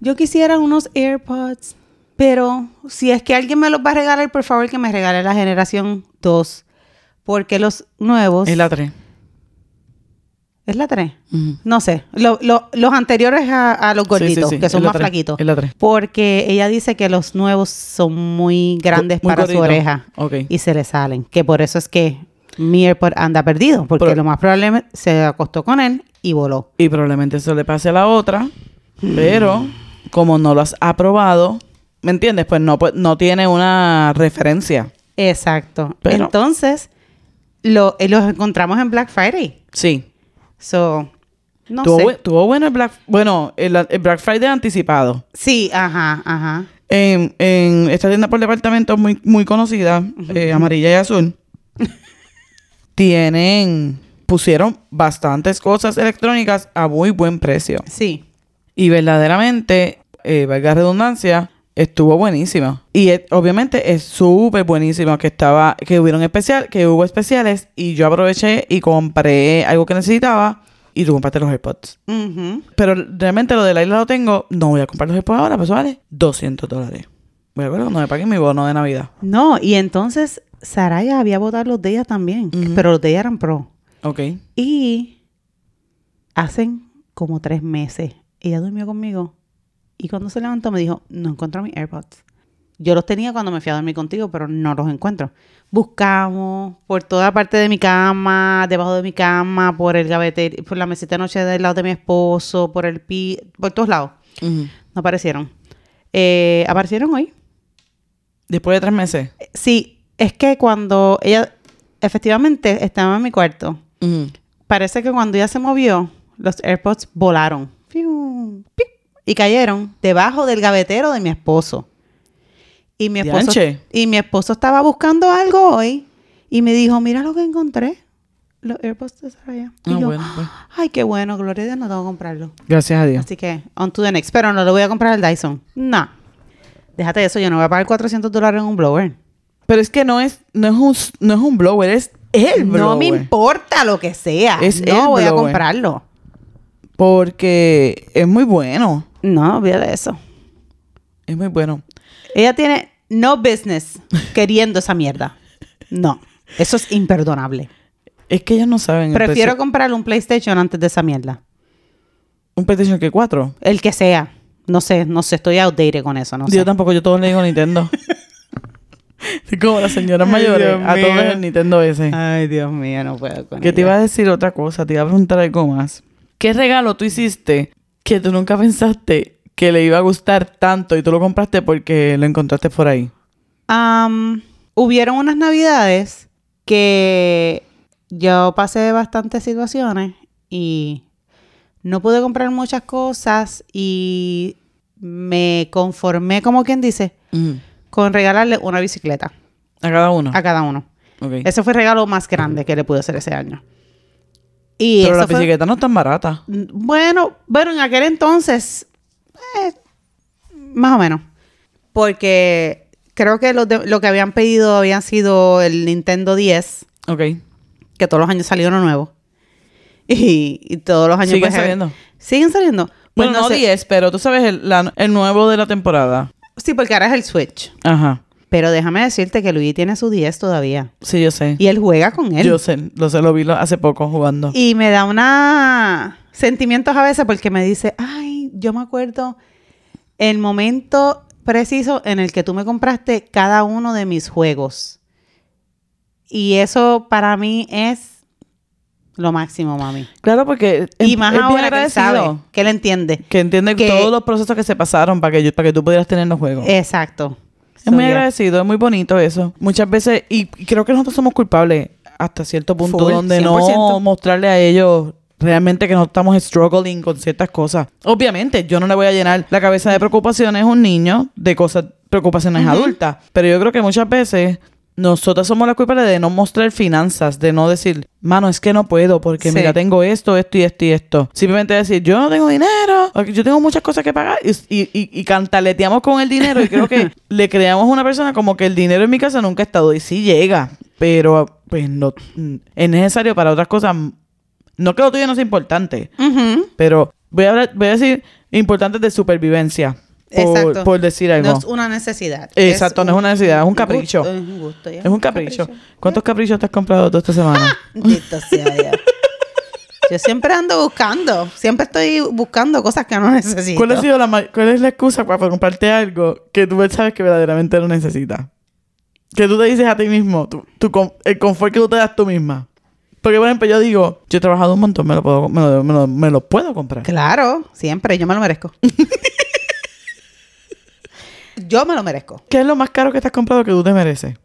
[SPEAKER 1] yo quisiera unos AirPods, pero si es que alguien me los va a regalar, por favor que me regale la generación 2. Porque los nuevos...
[SPEAKER 2] Es la 3.
[SPEAKER 1] ¿Es la 3? No sé. Lo- lo- los anteriores a, a los gorditos, que son más flaquitos.
[SPEAKER 2] Es la 3.
[SPEAKER 1] Porque ella dice que los nuevos son muy grandes para su oreja
[SPEAKER 2] Ok.
[SPEAKER 1] y se le salen. Que por eso es que mi AirPod anda perdido. Porque
[SPEAKER 2] Pero-
[SPEAKER 1] lo más probable se acostó con él y voló.
[SPEAKER 2] Y probablemente eso le pase a la otra, pero como no lo has aprobado, ¿me entiendes? Pues no, pues, no tiene una referencia.
[SPEAKER 1] Exacto.
[SPEAKER 2] Pero-
[SPEAKER 1] Entonces, lo, eh, los encontramos en Black Friday.
[SPEAKER 2] Sí.
[SPEAKER 1] So, no
[SPEAKER 2] tuvo,
[SPEAKER 1] sé.
[SPEAKER 2] buen- tuvo bueno el Black, bueno, el, el Black Friday anticipado.
[SPEAKER 1] Sí, ajá, ajá.
[SPEAKER 2] En, en esta tienda por departamentos muy, muy conocida, eh, amarilla y azul, tienen, pusieron bastantes cosas electrónicas a muy buen precio.
[SPEAKER 1] Sí.
[SPEAKER 2] Y verdaderamente, eh, valga la redundancia, estuvo buenísima. Y eh, obviamente es súper buenísima que estaba, que hubieron especial, que hubo especiales y yo aproveché y compré algo que necesitaba y tú compraste los AirPods.
[SPEAKER 1] Ujú.
[SPEAKER 2] Pero realmente lo de la isla lo tengo, no voy a comprar los AirPods ahora, pues vale 200 dólares. Voy a ver cuando me paguen mi bono de Navidad.
[SPEAKER 1] No, y entonces Saraya había votado los de ella también.
[SPEAKER 2] Ujú.
[SPEAKER 1] Pero los de ella eran pro.
[SPEAKER 2] Ok.
[SPEAKER 1] Y hacen como tres meses. Ella durmió conmigo. Y cuando se levantó me dijo, no encuentro mis AirPods. Yo los tenía cuando me fui a dormir contigo, pero no los encuentro. Buscamos por toda parte de mi cama, debajo de mi cama, por el gavete, por la mesita de noche del lado de mi esposo, por el pi, por todos lados.
[SPEAKER 2] Ujú.
[SPEAKER 1] No aparecieron. Eh, ¿Aparecieron hoy?
[SPEAKER 2] Después de tres meses.
[SPEAKER 1] Eh, Sí, es que cuando ella, efectivamente, estaba en mi cuarto.
[SPEAKER 2] Ujú.
[SPEAKER 1] Parece que cuando ella se movió, los AirPods volaron. Fiu, piu, Y cayeron debajo del gavetero de mi esposo. Y mi esposo,
[SPEAKER 2] Dianche.
[SPEAKER 1] y mi esposo estaba buscando algo hoy y me dijo, mira lo que encontré. Los AirPods de Saraya. Y
[SPEAKER 2] Ah,
[SPEAKER 1] yo,
[SPEAKER 2] bueno, pues.
[SPEAKER 1] ay, qué bueno, gloria a Dios, no tengo que comprarlo.
[SPEAKER 2] Gracias a Dios.
[SPEAKER 1] Así que, on to the next. Pero no le voy a comprar el Dyson. No. Déjate eso, yo no voy a pagar 400 dólares en un blower.
[SPEAKER 2] Pero es que no es, no es un, no es un blower, es el blower.
[SPEAKER 1] No me importa lo que sea.
[SPEAKER 2] Es el
[SPEAKER 1] no voy a
[SPEAKER 2] blower.
[SPEAKER 1] comprarlo.
[SPEAKER 2] Porque es muy bueno.
[SPEAKER 1] No, olvídate eso.
[SPEAKER 2] Es muy bueno.
[SPEAKER 1] Ella tiene no business queriendo esa mierda. No. Eso es imperdonable.
[SPEAKER 2] Es que ellos no saben. el
[SPEAKER 1] Prefiero
[SPEAKER 2] precio-
[SPEAKER 1] comprar un PlayStation antes de esa mierda.
[SPEAKER 2] un PlayStation que 4.
[SPEAKER 1] El que sea. No sé, no sé, estoy outdated con eso, no
[SPEAKER 2] yo
[SPEAKER 1] sé.
[SPEAKER 2] tampoco, yo todos le digo Nintendo. Soy como las señoras
[SPEAKER 1] Ay,
[SPEAKER 2] mayores,
[SPEAKER 1] Dios
[SPEAKER 2] a todos
[SPEAKER 1] mío.
[SPEAKER 2] es el Nintendo ese.
[SPEAKER 1] Ay, Dios mío, no puedo con
[SPEAKER 2] que te
[SPEAKER 1] ella.
[SPEAKER 2] iba a decir otra cosa, te iba a preguntar algo más. ¿Qué regalo tú hiciste que tú nunca pensaste que le iba a gustar tanto y tú lo compraste porque lo encontraste por ahí?
[SPEAKER 1] Am, hubieron unas navidades que yo pasé bastantes situaciones y no pude comprar muchas cosas y me conformé, como quien dice, con regalarle una bicicleta
[SPEAKER 2] Mm. A cada uno.
[SPEAKER 1] a cada uno.
[SPEAKER 2] Ok.
[SPEAKER 1] Ese fue el regalo más grande que le pude hacer ese año. Y
[SPEAKER 2] Pero
[SPEAKER 1] eso
[SPEAKER 2] las
[SPEAKER 1] fue-
[SPEAKER 2] bicicletas no están baratas.
[SPEAKER 1] bueno, bueno, en aquel entonces, eh, más o menos. Porque creo que los de- lo que habían pedido habían sido el Nintendo 10,
[SPEAKER 2] Ok.
[SPEAKER 1] que todos los años salió uno nuevo. Y, y todos los años...
[SPEAKER 2] Siguen
[SPEAKER 1] pues, eh,
[SPEAKER 2] saliendo.
[SPEAKER 1] Siguen saliendo. Pues
[SPEAKER 2] bueno, no
[SPEAKER 1] sé.
[SPEAKER 2] 10, pero tú sabes el, la- el nuevo de la temporada.
[SPEAKER 1] Sí, porque ahora es el Switch.
[SPEAKER 2] Ajá.
[SPEAKER 1] Pero déjame decirte que Luigi tiene su 10 todavía.
[SPEAKER 2] Sí, yo sé.
[SPEAKER 1] Y él juega con él.
[SPEAKER 2] Yo sé, lo sé, lo vi lo- hace poco jugando.
[SPEAKER 1] Y me da una sentimientos a veces porque me dice, ay, yo me acuerdo el momento preciso en el que tú me compraste cada uno de mis juegos. Y eso para mí es lo máximo, mami.
[SPEAKER 2] Claro, porque es-
[SPEAKER 1] y más
[SPEAKER 2] es bien
[SPEAKER 1] ahora que él sabe,
[SPEAKER 2] agradecido,
[SPEAKER 1] que él entiende.
[SPEAKER 2] Que entiende
[SPEAKER 1] que-
[SPEAKER 2] todos los procesos que se pasaron para que, yo- para que tú pudieras tener los juegos.
[SPEAKER 1] Exacto.
[SPEAKER 2] es muy
[SPEAKER 1] So, yeah.
[SPEAKER 2] agradecido, es muy bonito eso. Muchas veces, y y creo que nosotros somos culpables hasta cierto punto
[SPEAKER 1] Full,
[SPEAKER 2] donde
[SPEAKER 1] 100%.
[SPEAKER 2] no mostrarle a ellos realmente que no estamos struggling con ciertas cosas. Obviamente, yo no le voy a llenar la cabeza de preocupaciones a un niño de cosas, preocupaciones adultas, pero yo creo que muchas veces nosotras somos las culpables de no mostrar finanzas, de no decir, mano, es que no puedo porque
[SPEAKER 1] Sí.
[SPEAKER 2] mira, tengo esto, esto y esto y esto. Simplemente decir, yo no tengo dinero, o que yo tengo muchas cosas que pagar y, y, y- y cantaleteamos con el dinero y creo que le creamos a una persona como que el dinero en mi casa nunca ha estado y sí llega, pero pues no es necesario para otras cosas. No que lo tuyo no sea importante,
[SPEAKER 1] Ujú.
[SPEAKER 2] pero voy a, hablar- voy a decir importantes de supervivencia. Por,
[SPEAKER 1] Exacto.
[SPEAKER 2] por decir algo.
[SPEAKER 1] No es una necesidad.
[SPEAKER 2] Exacto, no es una necesidad, es un capricho.
[SPEAKER 1] gusto, es un gusto, ya.
[SPEAKER 2] Es un capricho. ¿Cuántos caprichos te has comprado tú esta semana?
[SPEAKER 1] Bendito sea Dios. Yo siempre ando buscando. Siempre estoy buscando cosas que no necesito.
[SPEAKER 2] ¿Cuál, ha sido la ma- ¿Cuál es la excusa para comprarte algo que tú sabes que verdaderamente lo necesitas? Que tú te dices a ti mismo, tú- tú con- el confort que tú te das tú misma. Porque, por ejemplo, yo digo, yo he trabajado un montón, me lo puedo, me lo, me lo- me lo puedo comprar.
[SPEAKER 1] Claro, siempre. Yo me lo merezco. yo me lo merezco.
[SPEAKER 2] ¿Qué es lo más caro que te has comprado que tú te mereces?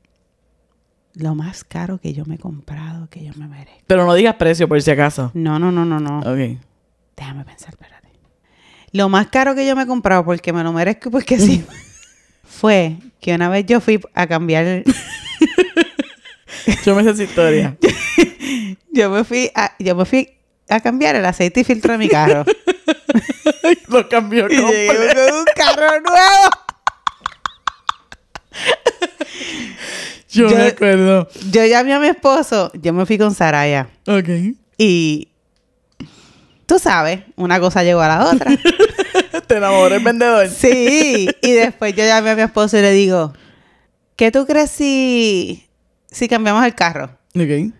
[SPEAKER 1] Lo más caro que yo me he comprado, que yo me merezco.
[SPEAKER 2] Pero no digas precio, por si acaso.
[SPEAKER 1] No, no, no, no, no.
[SPEAKER 2] Ok.
[SPEAKER 1] Déjame pensar, espérate. Lo más caro que yo me he comprado, porque me lo merezco y porque sí, fue que una vez yo fui a cambiar
[SPEAKER 2] Yo me sé esa historia.
[SPEAKER 1] Yo me fui a, yo me fui a cambiar el aceite y filtro de mi carro.
[SPEAKER 2] lo cambió
[SPEAKER 1] y llegué
[SPEAKER 2] completo.
[SPEAKER 1] con un carro nuevo.
[SPEAKER 2] Yo,
[SPEAKER 1] Yo-
[SPEAKER 2] me acuerdo.
[SPEAKER 1] Yo llamé a mi esposo, yo me fui con Saraya.
[SPEAKER 2] Ok.
[SPEAKER 1] Y tú sabes, una cosa llegó a la otra.
[SPEAKER 2] Te enamoré el vendedor.
[SPEAKER 1] sí. Y después yo llamé a mi esposo y le digo, ¿qué tú crees si, si cambiamos el carro?
[SPEAKER 2] Ok.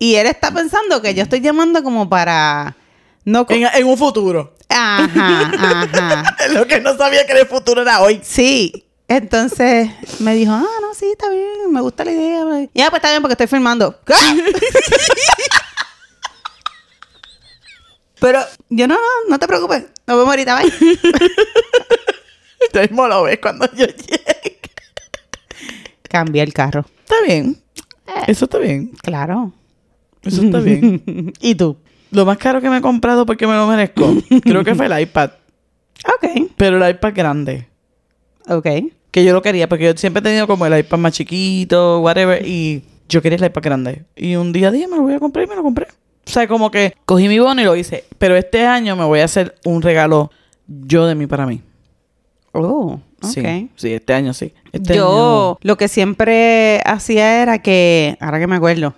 [SPEAKER 1] Y él está pensando que yo estoy llamando como para... No co-
[SPEAKER 2] En, en un futuro.
[SPEAKER 1] Ajá, ajá.
[SPEAKER 2] Lo que no sabía que el futuro era hoy.
[SPEAKER 1] Sí. Entonces me dijo, ah, no, sí, está bien, me gusta la idea. bla". Ya, pues está bien porque estoy filmando. ¿Qué? Pero yo no, no, no te preocupes, nos vemos ahorita, bye.
[SPEAKER 2] Tú mismo lo ves cuando yo llegue.
[SPEAKER 1] Cambié el carro.
[SPEAKER 2] Está bien. Eh. Eso está bien.
[SPEAKER 1] Claro.
[SPEAKER 2] Eso está bien.
[SPEAKER 1] ¿Y tú?
[SPEAKER 2] Lo más caro que me he comprado porque me lo merezco, creo que fue el iPad.
[SPEAKER 1] Ok,
[SPEAKER 2] Pero el iPad grande.
[SPEAKER 1] ok.
[SPEAKER 2] Que yo lo quería, porque yo siempre he tenido como el iPad más chiquito, whatever. Y yo quería el iPad grande. Y un día dije, me lo voy a comprar y me lo compré. O sea, como que cogí mi bono y lo hice. Pero este año me voy a hacer un regalo yo de mí para mí.
[SPEAKER 1] Oh, ok.
[SPEAKER 2] Sí, sí, este año sí. Este
[SPEAKER 1] yo
[SPEAKER 2] año-
[SPEAKER 1] lo que siempre hacía era que, ahora que me acuerdo,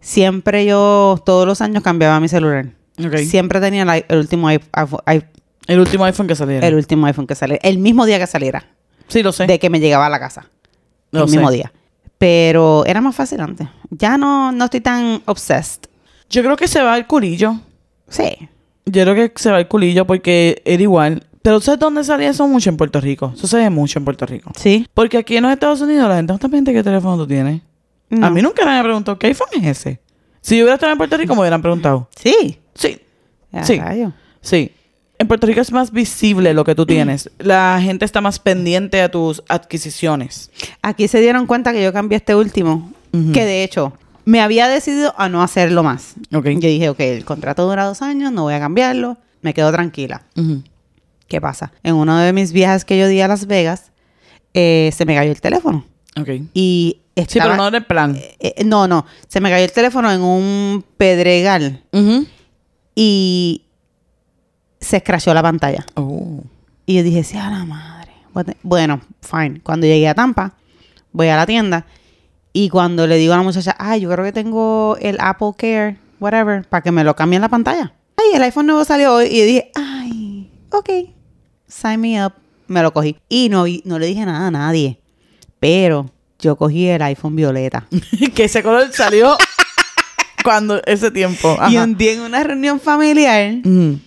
[SPEAKER 1] siempre yo todos los años cambiaba mi celular.
[SPEAKER 2] Ok.
[SPEAKER 1] Siempre tenía el, i- el último i- iPhone- i-
[SPEAKER 2] El último iPhone que saliera.
[SPEAKER 1] el último iPhone que saliera, el mismo día que saliera,
[SPEAKER 2] Sí, lo sé.
[SPEAKER 1] de que me llegaba a la casa,
[SPEAKER 2] lo
[SPEAKER 1] el
[SPEAKER 2] sé.
[SPEAKER 1] mismo día. Pero era más fácil antes. Ya no, no estoy tan obsessed.
[SPEAKER 2] Yo creo que se va al culillo.
[SPEAKER 1] Sí.
[SPEAKER 2] Yo creo que se va al culillo porque era igual. Pero ¿sabes dónde salía eso mucho en Puerto Rico? Eso se ve mucho en Puerto Rico.
[SPEAKER 1] Sí.
[SPEAKER 2] Porque aquí en los Estados Unidos la gente no está pendiente de qué teléfono tú tienes. A mí nunca nadie me preguntó, ¿qué iPhone es ese? Si yo hubiera estado en Puerto Rico me hubieran preguntado.
[SPEAKER 1] Sí.
[SPEAKER 2] Sí,
[SPEAKER 1] Ah,
[SPEAKER 2] Sí.
[SPEAKER 1] rayo.
[SPEAKER 2] sí. En Puerto Rico es más visible lo que tú tienes. La gente está más pendiente a tus adquisiciones.
[SPEAKER 1] Aquí se dieron cuenta que yo cambié este último,
[SPEAKER 2] Ujú.
[SPEAKER 1] que de hecho me había decidido a no hacerlo más.
[SPEAKER 2] Ok.
[SPEAKER 1] Yo dije, ok, el contrato dura dos años, no voy a cambiarlo, me quedo tranquila.
[SPEAKER 2] Ujú.
[SPEAKER 1] ¿Qué pasa? En uno de mis viajes que yo di a Las Vegas, eh, se me cayó el teléfono.
[SPEAKER 2] Ok.
[SPEAKER 1] Y
[SPEAKER 2] Sí,
[SPEAKER 1] estaba...
[SPEAKER 2] pero no era el plan.
[SPEAKER 1] Eh, eh, no, no. Se me cayó el teléfono en un pedregal
[SPEAKER 2] Ujú.
[SPEAKER 1] y se escrachó la pantalla.
[SPEAKER 2] Oh.
[SPEAKER 1] Y yo dije, sí, a la madre. What the- Bueno, fine. Cuando llegué a Tampa, voy a la tienda y cuando le digo a la muchacha, ay, yo creo que tengo el Apple Care, whatever, para que me lo cambien la pantalla. Ay, el iPhone nuevo salió hoy y dije, ay, ok, sign me up. Me lo cogí. Y no, vi- no le dije nada a nadie. Pero yo cogí el iPhone violeta.
[SPEAKER 2] que ese color salió cuando ese tiempo.
[SPEAKER 1] Y
[SPEAKER 2] Ajá.
[SPEAKER 1] un día en una reunión familiar,
[SPEAKER 2] Ujú.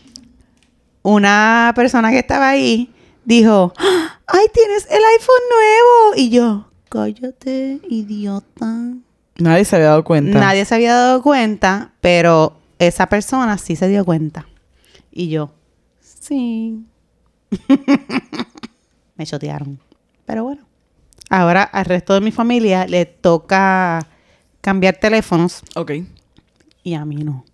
[SPEAKER 1] una persona que estaba ahí dijo, "¡Ah! ¡ay, tienes el iPhone nuevo! Y yo, cállate, idiota.
[SPEAKER 2] Nadie se había dado cuenta.
[SPEAKER 1] Nadie se había dado cuenta, pero esa persona sí se dio cuenta. Y yo, sí. Me chotearon. Pero bueno. Ahora al resto de mi familia le toca cambiar teléfonos
[SPEAKER 2] Ok.
[SPEAKER 1] y a mí no.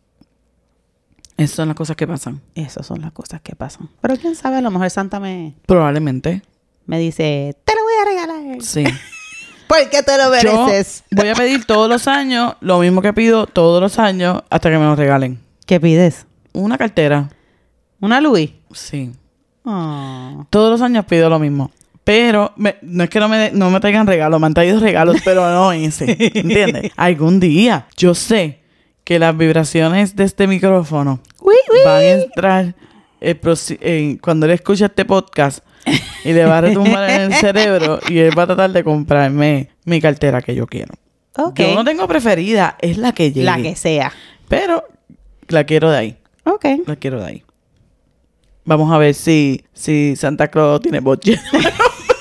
[SPEAKER 2] Esas son las cosas que pasan.
[SPEAKER 1] Esas son las cosas que pasan. Pero quién sabe, a lo mejor Santa me,
[SPEAKER 2] Probablemente.
[SPEAKER 1] me dice, te lo voy a regalar.
[SPEAKER 2] Sí.
[SPEAKER 1] Porque te lo
[SPEAKER 2] Yo
[SPEAKER 1] mereces.
[SPEAKER 2] voy a pedir todos los años lo mismo que pido todos los años hasta que me lo regalen.
[SPEAKER 1] ¿Qué pides?
[SPEAKER 2] Una cartera.
[SPEAKER 1] ¿Una Louis?
[SPEAKER 2] Sí.
[SPEAKER 1] Oh.
[SPEAKER 2] Todos los años pido lo mismo. Pero me- no es que no me, de- no me traigan regalos, me han traído regalos, pero no ese. ¿Entiendes? Algún día yo sé que las vibraciones de este micrófono
[SPEAKER 1] Uy, uy.
[SPEAKER 2] van a entrar el prosi- en- cuando él escucha este podcast y le va a retumbar en el cerebro y él va a tratar de comprarme mi cartera que yo quiero.
[SPEAKER 1] Ok.
[SPEAKER 2] Yo no tengo preferida, es la que llegue.
[SPEAKER 1] La que sea.
[SPEAKER 2] Pero la quiero de ahí,
[SPEAKER 1] Ok.
[SPEAKER 2] la quiero de ahí. Vamos a ver si, si Santa Claus tiene boche.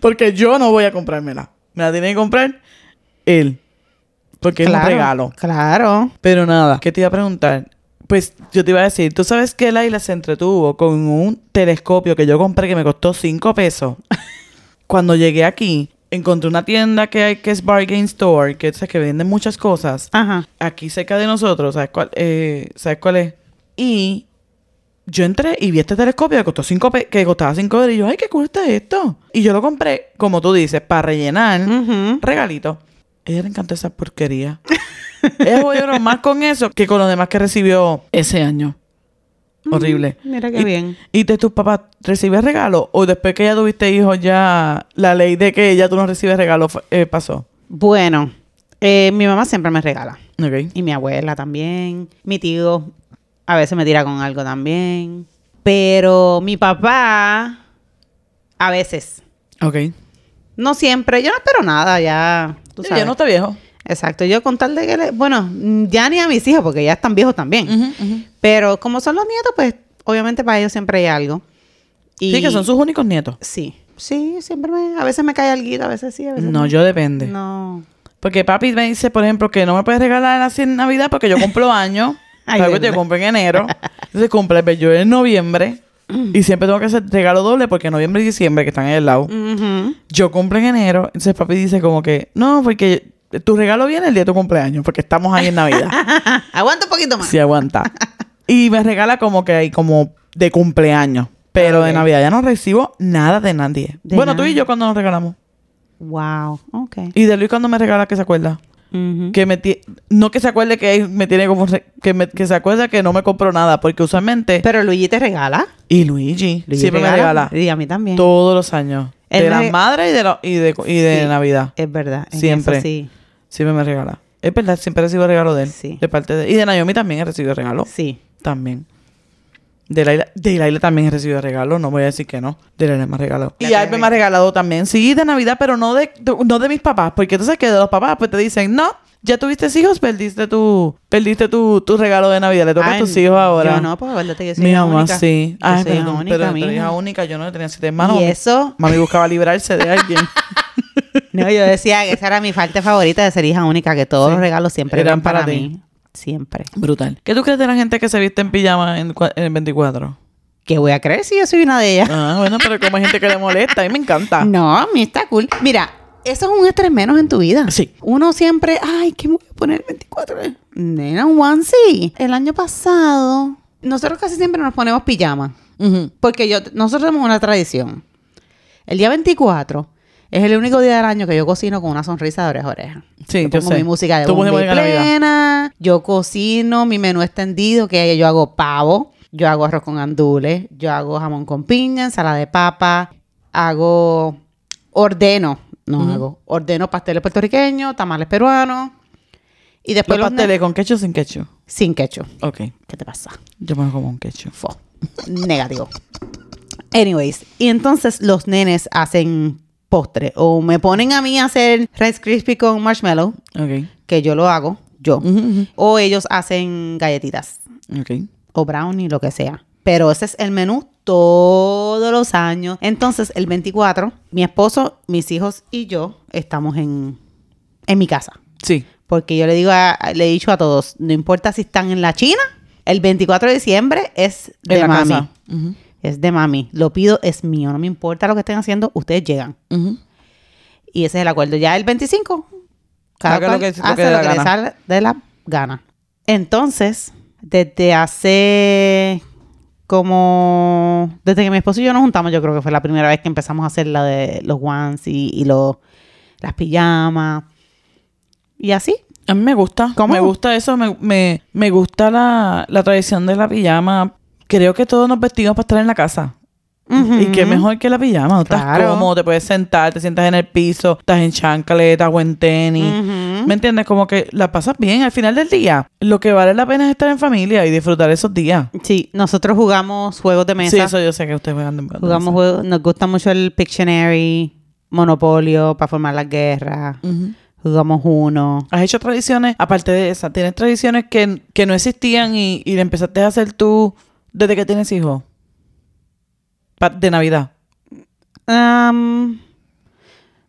[SPEAKER 2] Porque yo no voy a comprármela. Me la tiene que comprar él. Porque es un regalo.
[SPEAKER 1] Claro.
[SPEAKER 2] Pero nada, ¿qué te iba a preguntar? Pues yo te iba a decir, ¿tú sabes que Laila se entretuvo con un telescopio que yo compré que me costó 5 pesos? Cuando llegué aquí, encontré una tienda que hay que es Bargain Store, que es que venden muchas cosas.
[SPEAKER 1] Ajá.
[SPEAKER 2] Aquí cerca de nosotros, ¿sabes cuál, eh, ¿sabes cuál es? Y yo entré y vi este telescopio que costó 5 que costaba 5 dólares y yo, ay, ¿qué cuesta esto? Y yo lo compré, como tú dices, para rellenar
[SPEAKER 1] Ujú.
[SPEAKER 2] regalito. A ella le encantó esa porquería. ella jodió más con eso que con los demás que recibió ese año. Horrible.
[SPEAKER 1] Mira qué
[SPEAKER 2] Y-
[SPEAKER 1] bien.
[SPEAKER 2] ¿Y de tus papás recibes regalos? ¿O después que ya tuviste hijos ya la ley de que ya tú no recibes regalos fue- eh, pasó?
[SPEAKER 1] Bueno, eh, mi mamá siempre me regala.
[SPEAKER 2] Ok.
[SPEAKER 1] Y mi abuela también. Mi tío a veces me tira con algo también. Pero mi papá, a veces.
[SPEAKER 2] Ok.
[SPEAKER 1] No siempre. Yo no espero nada, ya. Tú
[SPEAKER 2] Sí,
[SPEAKER 1] sabes.
[SPEAKER 2] Ya no está viejo.
[SPEAKER 1] Exacto. Yo con tal de que... le- Bueno, mm, ya ni a mis hijos, porque ya están viejos también. Pero como son los nietos, pues obviamente para ellos siempre hay algo. Y-
[SPEAKER 2] Sí, que son sus únicos nietos.
[SPEAKER 1] Sí. Sí, siempre me... A veces me cae algo, a veces sí, a veces
[SPEAKER 2] No, yo depende.
[SPEAKER 1] No.
[SPEAKER 2] Porque papi me dice, por ejemplo, que no me puedes regalar así en Navidad porque yo cumplo año.
[SPEAKER 1] Ay,
[SPEAKER 2] Tal vez
[SPEAKER 1] verdad.
[SPEAKER 2] yo compro en enero. Entonces cumple pues, yo en noviembre. Y siempre tengo que hacer regalo doble porque en noviembre y diciembre, que están en el lado,
[SPEAKER 1] Ujú.
[SPEAKER 2] yo cumplo en enero. Entonces papi dice como que, no, porque tu regalo viene el día de tu cumpleaños, porque estamos ahí en Navidad.
[SPEAKER 1] Aguanta un poquito más.
[SPEAKER 2] si aguanta. Y me regala como que hay como de cumpleaños. Pero de
[SPEAKER 1] Ok.
[SPEAKER 2] Navidad ya no recibo nada de nadie.
[SPEAKER 1] De
[SPEAKER 2] bueno, tú
[SPEAKER 1] nada.
[SPEAKER 2] y yo cuando nos regalamos.
[SPEAKER 1] Wow. Ok.
[SPEAKER 2] Y de Luis cuando me regala que se acuerda.
[SPEAKER 1] Ujú.
[SPEAKER 2] que me ti- no que se acuerde que él me tiene como re- que, me- que se acuerda que no me compró nada porque usualmente
[SPEAKER 1] Pero Luigi te regala.
[SPEAKER 2] y Luigi,
[SPEAKER 1] Luigi
[SPEAKER 2] siempre me regala
[SPEAKER 1] Y a mí también.
[SPEAKER 2] todos los años
[SPEAKER 1] Él
[SPEAKER 2] de
[SPEAKER 1] me-
[SPEAKER 2] las madres y de lo- y de, y de
[SPEAKER 1] Sí.
[SPEAKER 2] Navidad
[SPEAKER 1] Es verdad. en
[SPEAKER 2] Siempre.
[SPEAKER 1] eso sí.
[SPEAKER 2] siempre me regala es verdad siempre recibo regalo de él
[SPEAKER 1] Sí.
[SPEAKER 2] de parte de y de Naomi también he recibido regalo
[SPEAKER 1] Sí.
[SPEAKER 2] también de Laila, de Laila también he recibido regalo, no voy a decir que no. De Laila me ha regalado.
[SPEAKER 1] La
[SPEAKER 2] y
[SPEAKER 1] que
[SPEAKER 2] Alpe me
[SPEAKER 1] regala.
[SPEAKER 2] ha regalado también. Sí, de Navidad, pero no de, de- no de mis papás. Porque tú sabes que de los papás pues te dicen, no, ya tuviste hijos, perdiste tu, perdiste tu, tu regalo de Navidad. Le toca a
[SPEAKER 1] Ay,
[SPEAKER 2] tus hijos ahora.
[SPEAKER 1] Yo no, pues acuérdate que yo soy
[SPEAKER 2] Mi
[SPEAKER 1] hija
[SPEAKER 2] mamá
[SPEAKER 1] única.
[SPEAKER 2] sí.
[SPEAKER 1] Yo soy hija única,
[SPEAKER 2] pero
[SPEAKER 1] mija.
[SPEAKER 2] entre hija única, yo no tenía siete hermanos.
[SPEAKER 1] Y
[SPEAKER 2] Mami-
[SPEAKER 1] eso,
[SPEAKER 2] Mami buscaba librarse de alguien.
[SPEAKER 1] no, yo decía que esa era mi falta favorita de ser hija única, que todos
[SPEAKER 2] Sí.
[SPEAKER 1] los regalos siempre
[SPEAKER 2] Eran
[SPEAKER 1] eran para,
[SPEAKER 2] para ti.
[SPEAKER 1] mí. Siempre.
[SPEAKER 2] Brutal. ¿Qué tú crees de la gente que se viste en pijama en, cua- en el 24?
[SPEAKER 1] ¿Qué voy a creer si yo soy una de ellas?
[SPEAKER 2] Ah, bueno, pero como hay gente que le molesta, a mí me encanta.
[SPEAKER 1] No, a mí está cool. Mira, eso es un estrés menos en tu vida.
[SPEAKER 2] Sí.
[SPEAKER 1] Uno siempre, ay, ¿qué me voy a poner el 24? Nena, un onesie. El año pasado, nosotros casi siempre nos ponemos pijama.
[SPEAKER 2] Ujú.
[SPEAKER 1] Porque yo, nosotros tenemos una tradición. El día 24 es el único día del año que yo cocino con una sonrisa de oreja a oreja.
[SPEAKER 2] Sí,
[SPEAKER 1] yo
[SPEAKER 2] yo
[SPEAKER 1] pongo
[SPEAKER 2] sé.
[SPEAKER 1] mi música de
[SPEAKER 2] Tú pones
[SPEAKER 1] bomba y
[SPEAKER 2] música de Navidad.
[SPEAKER 1] plena. Yo cocino mi menú extendido, que yo hago pavo, yo hago arroz con andules, yo hago jamón con piña, ensalada de papa, hago ordeno, no hago, ordeno pasteles puertorriqueños, tamales peruanos y después
[SPEAKER 2] Los
[SPEAKER 1] los, ne-
[SPEAKER 2] pasteles con ketchup o sin ketchup.
[SPEAKER 1] sin ketchup.
[SPEAKER 2] Ok.
[SPEAKER 1] ¿Qué te pasa?
[SPEAKER 2] Yo me lo como un ketchup.
[SPEAKER 1] Fo. Negativo. Anyways, y entonces los nenes hacen postre o me ponen a mí a hacer Rice Krispie con marshmallow,
[SPEAKER 2] Ok.
[SPEAKER 1] que yo lo hago, yo. O ellos hacen galletitas
[SPEAKER 2] Ok.
[SPEAKER 1] o brownie, lo que sea. Pero ese es el menú todos los años. Entonces, el 24, mi esposo, mis hijos y yo estamos en, en mi casa.
[SPEAKER 2] Sí.
[SPEAKER 1] Porque yo le digo, a- le he dicho a todos, no importa si están en la China, el 24 de diciembre es
[SPEAKER 2] En
[SPEAKER 1] de
[SPEAKER 2] la
[SPEAKER 1] mami.
[SPEAKER 2] casa. Ujú.
[SPEAKER 1] Es de mami. Lo pido, es mío. No me importa lo que estén haciendo, ustedes llegan.
[SPEAKER 2] Ujú.
[SPEAKER 1] Y ese es el acuerdo. Ya el 25, cada
[SPEAKER 2] Haga
[SPEAKER 1] cual
[SPEAKER 2] lo que- lo que
[SPEAKER 1] hace
[SPEAKER 2] dé
[SPEAKER 1] lo
[SPEAKER 2] la
[SPEAKER 1] que le
[SPEAKER 2] gana.
[SPEAKER 1] sale de la gana. Entonces, desde hace como desde que mi esposo y yo nos juntamos, yo creo que fue la primera vez que empezamos a hacer la de los ones y, y los, las pijamas. Y así.
[SPEAKER 2] A mí me gusta.
[SPEAKER 1] ¿Cómo?
[SPEAKER 2] Me gusta eso. Me, me, me gusta la, la tradición de la pijama. Creo que todos nos vestimos para estar en la casa. Y qué
[SPEAKER 1] Ujú.
[SPEAKER 2] mejor que la pijama. Tú Estás
[SPEAKER 1] Claro.
[SPEAKER 2] cómodo, te puedes sentar, te sientas en el piso, estás en chancleta o en tenis.
[SPEAKER 1] Ujú.
[SPEAKER 2] ¿Me entiendes? Como que la pasas bien al final del día. Lo que vale la pena es estar en familia y disfrutar esos días.
[SPEAKER 1] Sí, nosotros jugamos juegos de mesa.
[SPEAKER 2] Sí, eso yo sé que ustedes juegan de de
[SPEAKER 1] Jugamos juegos, nos gusta mucho el Pictionary, Monopolio, para formar las guerras.
[SPEAKER 2] Ujú.
[SPEAKER 1] Jugamos uno.
[SPEAKER 2] Has hecho tradiciones, aparte de esa, tienes tradiciones que, que no existían y, y la empezaste a hacer tú desde que tienes hijos. Pa- de Navidad.
[SPEAKER 1] Am,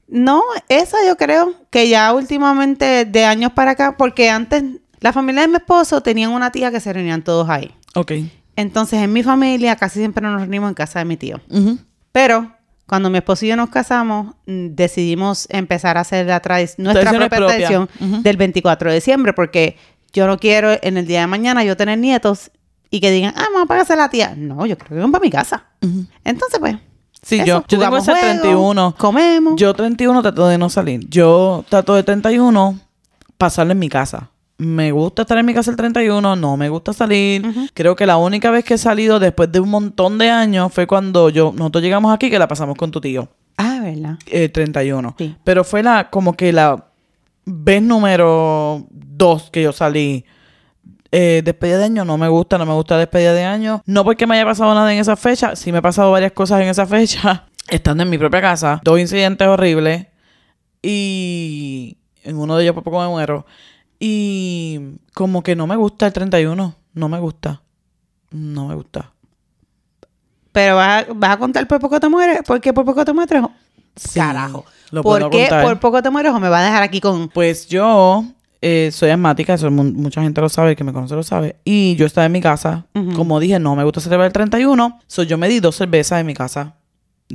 [SPEAKER 1] no, esa yo creo que ya últimamente de años para acá, porque antes la familia de mi esposo tenían una tía que se reunían todos ahí.
[SPEAKER 2] Ok.
[SPEAKER 1] Entonces en mi familia casi siempre nos reunimos en casa de mi tío. Pero cuando mi esposo y yo nos casamos, mm, decidimos empezar a hacer la tradi- nuestra
[SPEAKER 2] Tradiciones
[SPEAKER 1] propia
[SPEAKER 2] propias.
[SPEAKER 1] tradición
[SPEAKER 2] Ujú.
[SPEAKER 1] del 24 de diciembre, porque yo no quiero en el día de mañana yo tener nietos y que digan, ah, vamos a pagarse la tía. No, yo creo que van para mi casa. Entonces, pues.
[SPEAKER 2] Sí,
[SPEAKER 1] eso,
[SPEAKER 2] yo, yo tengo
[SPEAKER 1] jugamos
[SPEAKER 2] ese
[SPEAKER 1] juegos,
[SPEAKER 2] 31.
[SPEAKER 1] Comemos.
[SPEAKER 2] Yo 31 trato de no salir. Yo trato de 31 pasarlo en mi casa. Me gusta estar en mi casa el 31, no me gusta salir. Creo que la única vez que he salido después de un montón de años fue cuando yo nosotros llegamos aquí que la pasamos con tu tío,
[SPEAKER 1] Ah, ¿verdad?
[SPEAKER 2] el 31.
[SPEAKER 1] Sí.
[SPEAKER 2] Pero fue la como que la vez número 2 que yo salí. Eh, despedida de año no me gusta, no me gusta despedida de año. No porque me haya pasado nada en esa fecha, sí me ha pasado varias cosas en esa fecha. Estando en mi propia casa, dos incidentes horribles y en uno de ellos por poco me muero. Y como que no me gusta el 31, no me gusta. No me gusta.
[SPEAKER 1] Pero vas a, vas a contar por poco te mueres. ¿Por qué por poco te mueres?
[SPEAKER 2] Sí,
[SPEAKER 1] Carajo.
[SPEAKER 2] lo
[SPEAKER 1] ¿Por
[SPEAKER 2] puedo
[SPEAKER 1] qué
[SPEAKER 2] contar.
[SPEAKER 1] por poco te mueres o me va a dejar aquí con.
[SPEAKER 2] Pues yo eh, soy asmática, eso mu- mucha gente lo sabe, el que me conoce lo sabe. Y yo estaba en mi casa,
[SPEAKER 1] Ujú.
[SPEAKER 2] como dije, no me gusta celebrar el 31, so yo me di dos cervezas en mi casa.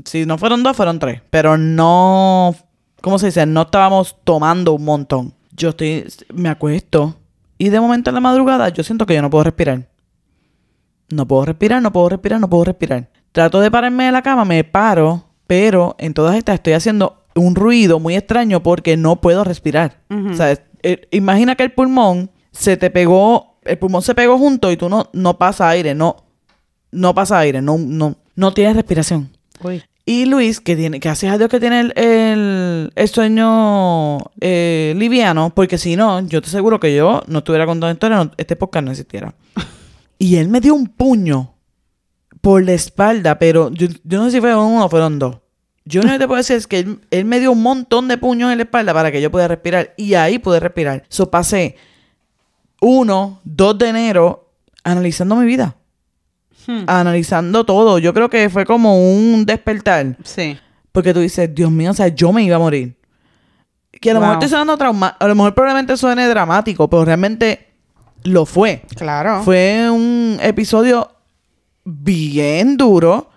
[SPEAKER 2] Si no fueron dos, fueron tres, pero no, ¿cómo se dice? No estábamos tomando un montón. Yo estoy, me acuesto y de momento en la madrugada yo siento que yo no puedo respirar. No puedo respirar, no puedo respirar, no puedo respirar. Trato de pararme de la cama, me paro, pero en todas estas estoy haciendo un ruido muy extraño porque no puedo respirar.
[SPEAKER 1] Ujú.
[SPEAKER 2] O sea, es- eh, imagina que el pulmón se te pegó, el pulmón se pegó junto y tú no, no pasa aire, no, no pasa aire, no, no, no tienes respiración.
[SPEAKER 1] Uy.
[SPEAKER 2] Y Luis, que tiene, gracias a Dios que tiene el, el- el sueño eh, liviano, porque si no, yo te aseguro que yo no estuviera contando historia, no- este podcast no existiera. Y él me dio un puño por la espalda, pero yo, yo no sé si fueron uno o fueron dos. Yo no te puedo decir es que él, él me dio un montón de puños en la espalda para que yo pudiera respirar. Y ahí pude respirar. So pasé 1, 2 de enero analizando mi vida.
[SPEAKER 1] Hmm.
[SPEAKER 2] Analizando todo. Yo creo que fue como un despertar.
[SPEAKER 1] Sí.
[SPEAKER 2] Porque tú dices, Dios mío, o sea, yo me iba a morir. Que a lo
[SPEAKER 1] Wow.
[SPEAKER 2] mejor estoy sonando trauma, a lo mejor probablemente suene dramático, pero realmente lo fue.
[SPEAKER 1] Claro.
[SPEAKER 2] Fue un episodio bien duro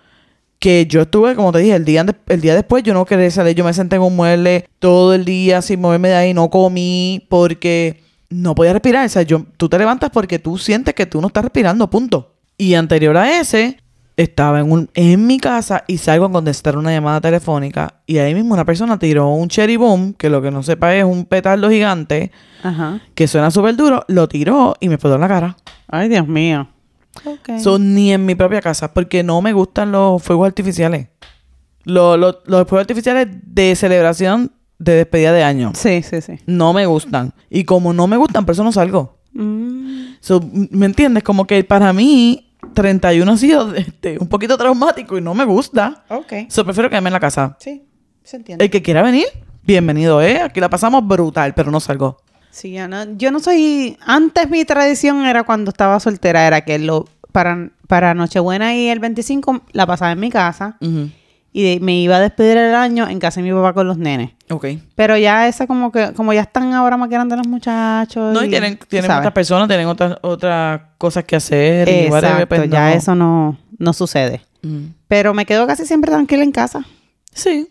[SPEAKER 2] que yo estuve, como te dije, el día, antes- el día después yo no quería salir, yo me senté en un mueble todo el día sin moverme de ahí, no comí porque no podía respirar. O sea, yo, tú te levantas porque tú sientes que tú no estás respirando, punto. Y anterior a ese, estaba en, un, en mi casa y salgo a contestar una llamada telefónica y ahí mismo una persona tiró un cherry bomb, que lo que no sepa es un petardo gigante
[SPEAKER 1] Ajá.
[SPEAKER 2] que suena súper duro, lo tiró y me explotó en la cara.
[SPEAKER 1] Ay, Dios mío. Ok.
[SPEAKER 2] So, ni en mi propia casa, porque no me gustan los fuegos artificiales. Lo- lo- los fuegos artificiales de celebración de despedida de año.
[SPEAKER 1] sí, sí, sí.
[SPEAKER 2] No me gustan. Y como no me gustan, por eso no salgo.
[SPEAKER 1] Mm.
[SPEAKER 2] So, m- ¿Me entiendes? Como que para mí, 31 ha sido este, un poquito traumático y no me gusta.
[SPEAKER 1] Ok.
[SPEAKER 2] So, prefiero quedarme en la casa.
[SPEAKER 1] Sí, se entiende.
[SPEAKER 2] El que quiera venir, bienvenido, ¿eh? Aquí la pasamos brutal, pero no salgo.
[SPEAKER 1] Sí, yo no, yo no soy. Antes mi tradición era cuando estaba soltera, era que lo para, para Nochebuena y el 25 la pasaba en mi casa y de- me iba a despedir el año en casa de mi papá con los nenes.
[SPEAKER 2] Ok.
[SPEAKER 1] Pero ya esa como que como ya están ahora más grandes los muchachos.
[SPEAKER 2] No, y tienen, tienen
[SPEAKER 1] ¿sabes?
[SPEAKER 2] otras personas, tienen otras otras cosas que hacer. y whatever,
[SPEAKER 1] Exacto,
[SPEAKER 2] pues,
[SPEAKER 1] ya
[SPEAKER 2] no.
[SPEAKER 1] eso no, no sucede.
[SPEAKER 2] Mm.
[SPEAKER 1] Pero me quedo casi siempre tranquila en casa.
[SPEAKER 2] Sí.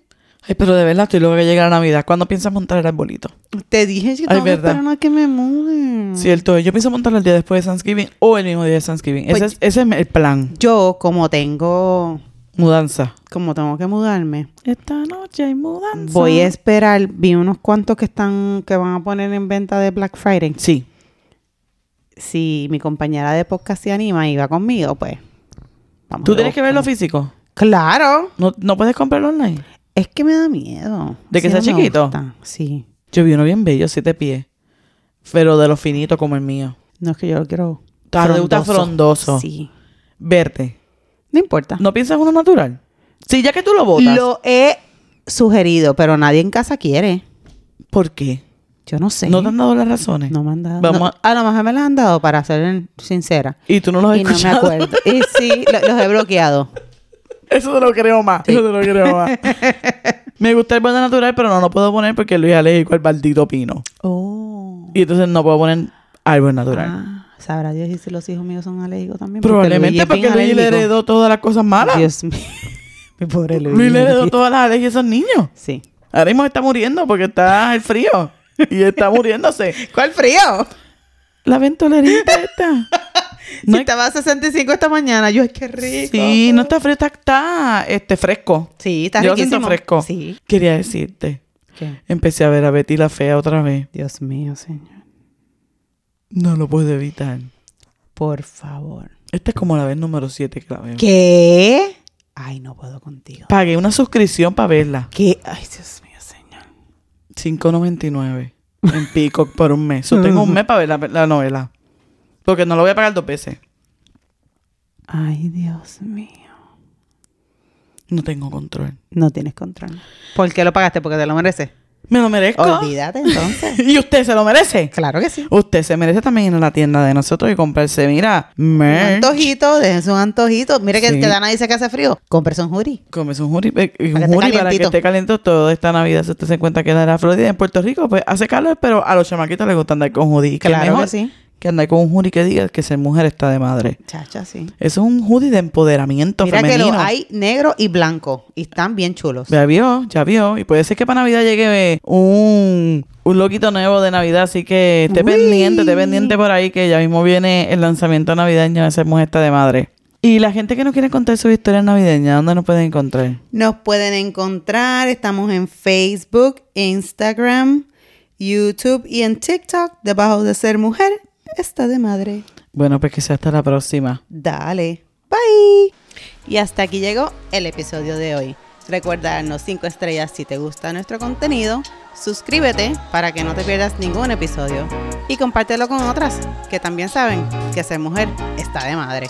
[SPEAKER 2] Ay, pero de verdad estoy loca que llegue la Navidad. ¿Cuándo piensas montar el arbolito?
[SPEAKER 1] Te dije que
[SPEAKER 2] Ay,
[SPEAKER 1] tengo que
[SPEAKER 2] verdad.
[SPEAKER 1] esperar a que me mude.
[SPEAKER 2] Cierto, yo pienso montarlo el día después de Thanksgiving o el mismo día de Thanksgiving.
[SPEAKER 1] Pues-
[SPEAKER 2] ese, es, ese es el plan.
[SPEAKER 1] Yo, como tengo,
[SPEAKER 2] Mudanza.
[SPEAKER 1] como tengo que mudarme,
[SPEAKER 2] Esta noche hay mudanza.
[SPEAKER 1] voy a esperar. Vi unos cuantos que están, que van a poner en venta de Black Friday.
[SPEAKER 2] Sí.
[SPEAKER 1] Si mi compañera de podcast se anima y va conmigo, pues. Vamos
[SPEAKER 2] ¿Tú
[SPEAKER 1] a
[SPEAKER 2] tienes que verlo
[SPEAKER 1] buscar.
[SPEAKER 2] físico?
[SPEAKER 1] Claro.
[SPEAKER 2] ¿No, no puedes comprarlo online?
[SPEAKER 1] Es que me da miedo.
[SPEAKER 2] ¿De que
[SPEAKER 1] Sí, no
[SPEAKER 2] sea
[SPEAKER 1] me
[SPEAKER 2] chiquito?
[SPEAKER 1] gusta. Sí.
[SPEAKER 2] Yo vi uno bien bello, siete pies. Pero de los finitos como el mío.
[SPEAKER 1] No es que yo lo quiero.
[SPEAKER 2] Tarde Ah, gusta frondoso.
[SPEAKER 1] Sí.
[SPEAKER 2] Verde.
[SPEAKER 1] No importa.
[SPEAKER 2] ¿No piensas uno natural? Sí, ya que tú lo botas.
[SPEAKER 1] Ah. Lo he sugerido, pero nadie en casa quiere.
[SPEAKER 2] ¿Por qué?
[SPEAKER 1] Yo no sé.
[SPEAKER 2] ¿No te han dado las razones?
[SPEAKER 1] No me han dado.
[SPEAKER 2] Vamos
[SPEAKER 1] no,
[SPEAKER 2] a-
[SPEAKER 1] a... lo mejor me las han dado para ser sincera.
[SPEAKER 2] Y tú no los has
[SPEAKER 1] Y no me
[SPEAKER 2] escuchado.
[SPEAKER 1] acuerdo. Y sí, lo- los he bloqueado.
[SPEAKER 2] Eso te lo creo más. Eso te lo creo más. Me gusta el borde natural, pero no lo puedo poner porque Luis es alérgico al maldito pino.
[SPEAKER 1] Oh.
[SPEAKER 2] Y entonces no puedo poner árbol
[SPEAKER 1] Ah,
[SPEAKER 2] natural.
[SPEAKER 1] Sabrá Dios y si los hijos míos son alérgicos también.
[SPEAKER 2] Probablemente porque Luis,
[SPEAKER 1] Luis es bien
[SPEAKER 2] le
[SPEAKER 1] alérgico.
[SPEAKER 2] heredó todas las cosas malas.
[SPEAKER 1] Dios mío. Mi pobre Luis.
[SPEAKER 2] Luis le heredó todas las alergias a esos niños.
[SPEAKER 1] Sí.
[SPEAKER 2] Ahora mismo está muriendo porque está el frío. Y está muriéndose.
[SPEAKER 1] ¿Cuál frío?
[SPEAKER 2] La ventolerita está.
[SPEAKER 1] No
[SPEAKER 2] No
[SPEAKER 1] si
[SPEAKER 2] hay-
[SPEAKER 1] estaba a 65 esta mañana. Yo, es que rico.
[SPEAKER 2] Sí, no está frío, está, está, este, fresco.
[SPEAKER 1] Sí, está
[SPEAKER 2] Yo lo
[SPEAKER 1] riquísimo.
[SPEAKER 2] siento fresco.
[SPEAKER 1] Sí.
[SPEAKER 2] Quería decirte.
[SPEAKER 1] ¿Qué?
[SPEAKER 2] Empecé a ver a Betty la Fea otra vez.
[SPEAKER 1] Dios mío, señor.
[SPEAKER 2] No lo puedo evitar.
[SPEAKER 1] Por favor.
[SPEAKER 2] Esta es como la vez número 7 que la veo.
[SPEAKER 1] ¿Qué? Ay, no puedo contigo.
[SPEAKER 2] Pagué una suscripción para verla.
[SPEAKER 1] ¿Qué? Ay, Dios mío, señor.
[SPEAKER 2] 5.99 en Peacock por un mes. So, tengo un mes para ver la, la novela. Porque no lo voy a pagar dos veces.
[SPEAKER 1] Ay, Dios mío.
[SPEAKER 2] No tengo control.
[SPEAKER 1] No tienes control. ¿Por qué lo pagaste? Porque te lo mereces.
[SPEAKER 2] Me lo merezco.
[SPEAKER 1] Olvídate entonces.
[SPEAKER 2] Y usted se lo merece.
[SPEAKER 1] claro que sí.
[SPEAKER 2] Usted se merece también ir a la tienda de nosotros y comprarse, mira,
[SPEAKER 1] Un
[SPEAKER 2] merch.
[SPEAKER 1] antojito, déjense un antojito. Mira que,
[SPEAKER 2] Eh. Sí.
[SPEAKER 1] que Dana dice que hace frío. Cómprese un jury.
[SPEAKER 2] Comes un jury, eh, un
[SPEAKER 1] Para que esté
[SPEAKER 2] jury para que
[SPEAKER 1] calientito.
[SPEAKER 2] esté caliente toda esta Navidad. Si usted se encuentra que en la Florida y en Puerto Rico, pues hace calor, pero a los chamaquitos les gusta andar con judy. Y qué
[SPEAKER 1] Claro
[SPEAKER 2] mejor
[SPEAKER 1] que sí.
[SPEAKER 2] que andar con un jury que diga que ser mujer está de madre.
[SPEAKER 1] Chacha, sí.
[SPEAKER 2] Eso es un hoodie de empoderamiento
[SPEAKER 1] Mira
[SPEAKER 2] femenino.
[SPEAKER 1] que los hay negro y blanco. Y están bien chulos.
[SPEAKER 2] Ya vio, ya vio. Y puede ser que para Navidad llegue eh, un, un loquito nuevo de Navidad. Así que esté
[SPEAKER 1] Uy.
[SPEAKER 2] pendiente, esté pendiente por ahí que ya mismo viene el lanzamiento navideño de Sermos Esta de Madre. Y la gente que no quiere contar sus historias navideñas, ¿dónde nos pueden encontrar?
[SPEAKER 1] Nos pueden encontrar, estamos en Facebook, Instagram, YouTube y en TikTok, debajo de ser mujer, está de madre.
[SPEAKER 2] Bueno, pues que sea hasta la próxima.
[SPEAKER 1] Dale, bye. Y hasta aquí llegó el episodio de hoy. Recuerda darnos 5 estrellas si te gusta nuestro contenido, suscríbete para que no te pierdas ningún episodio y compártelo con otras que también saben que ser mujer está de madre.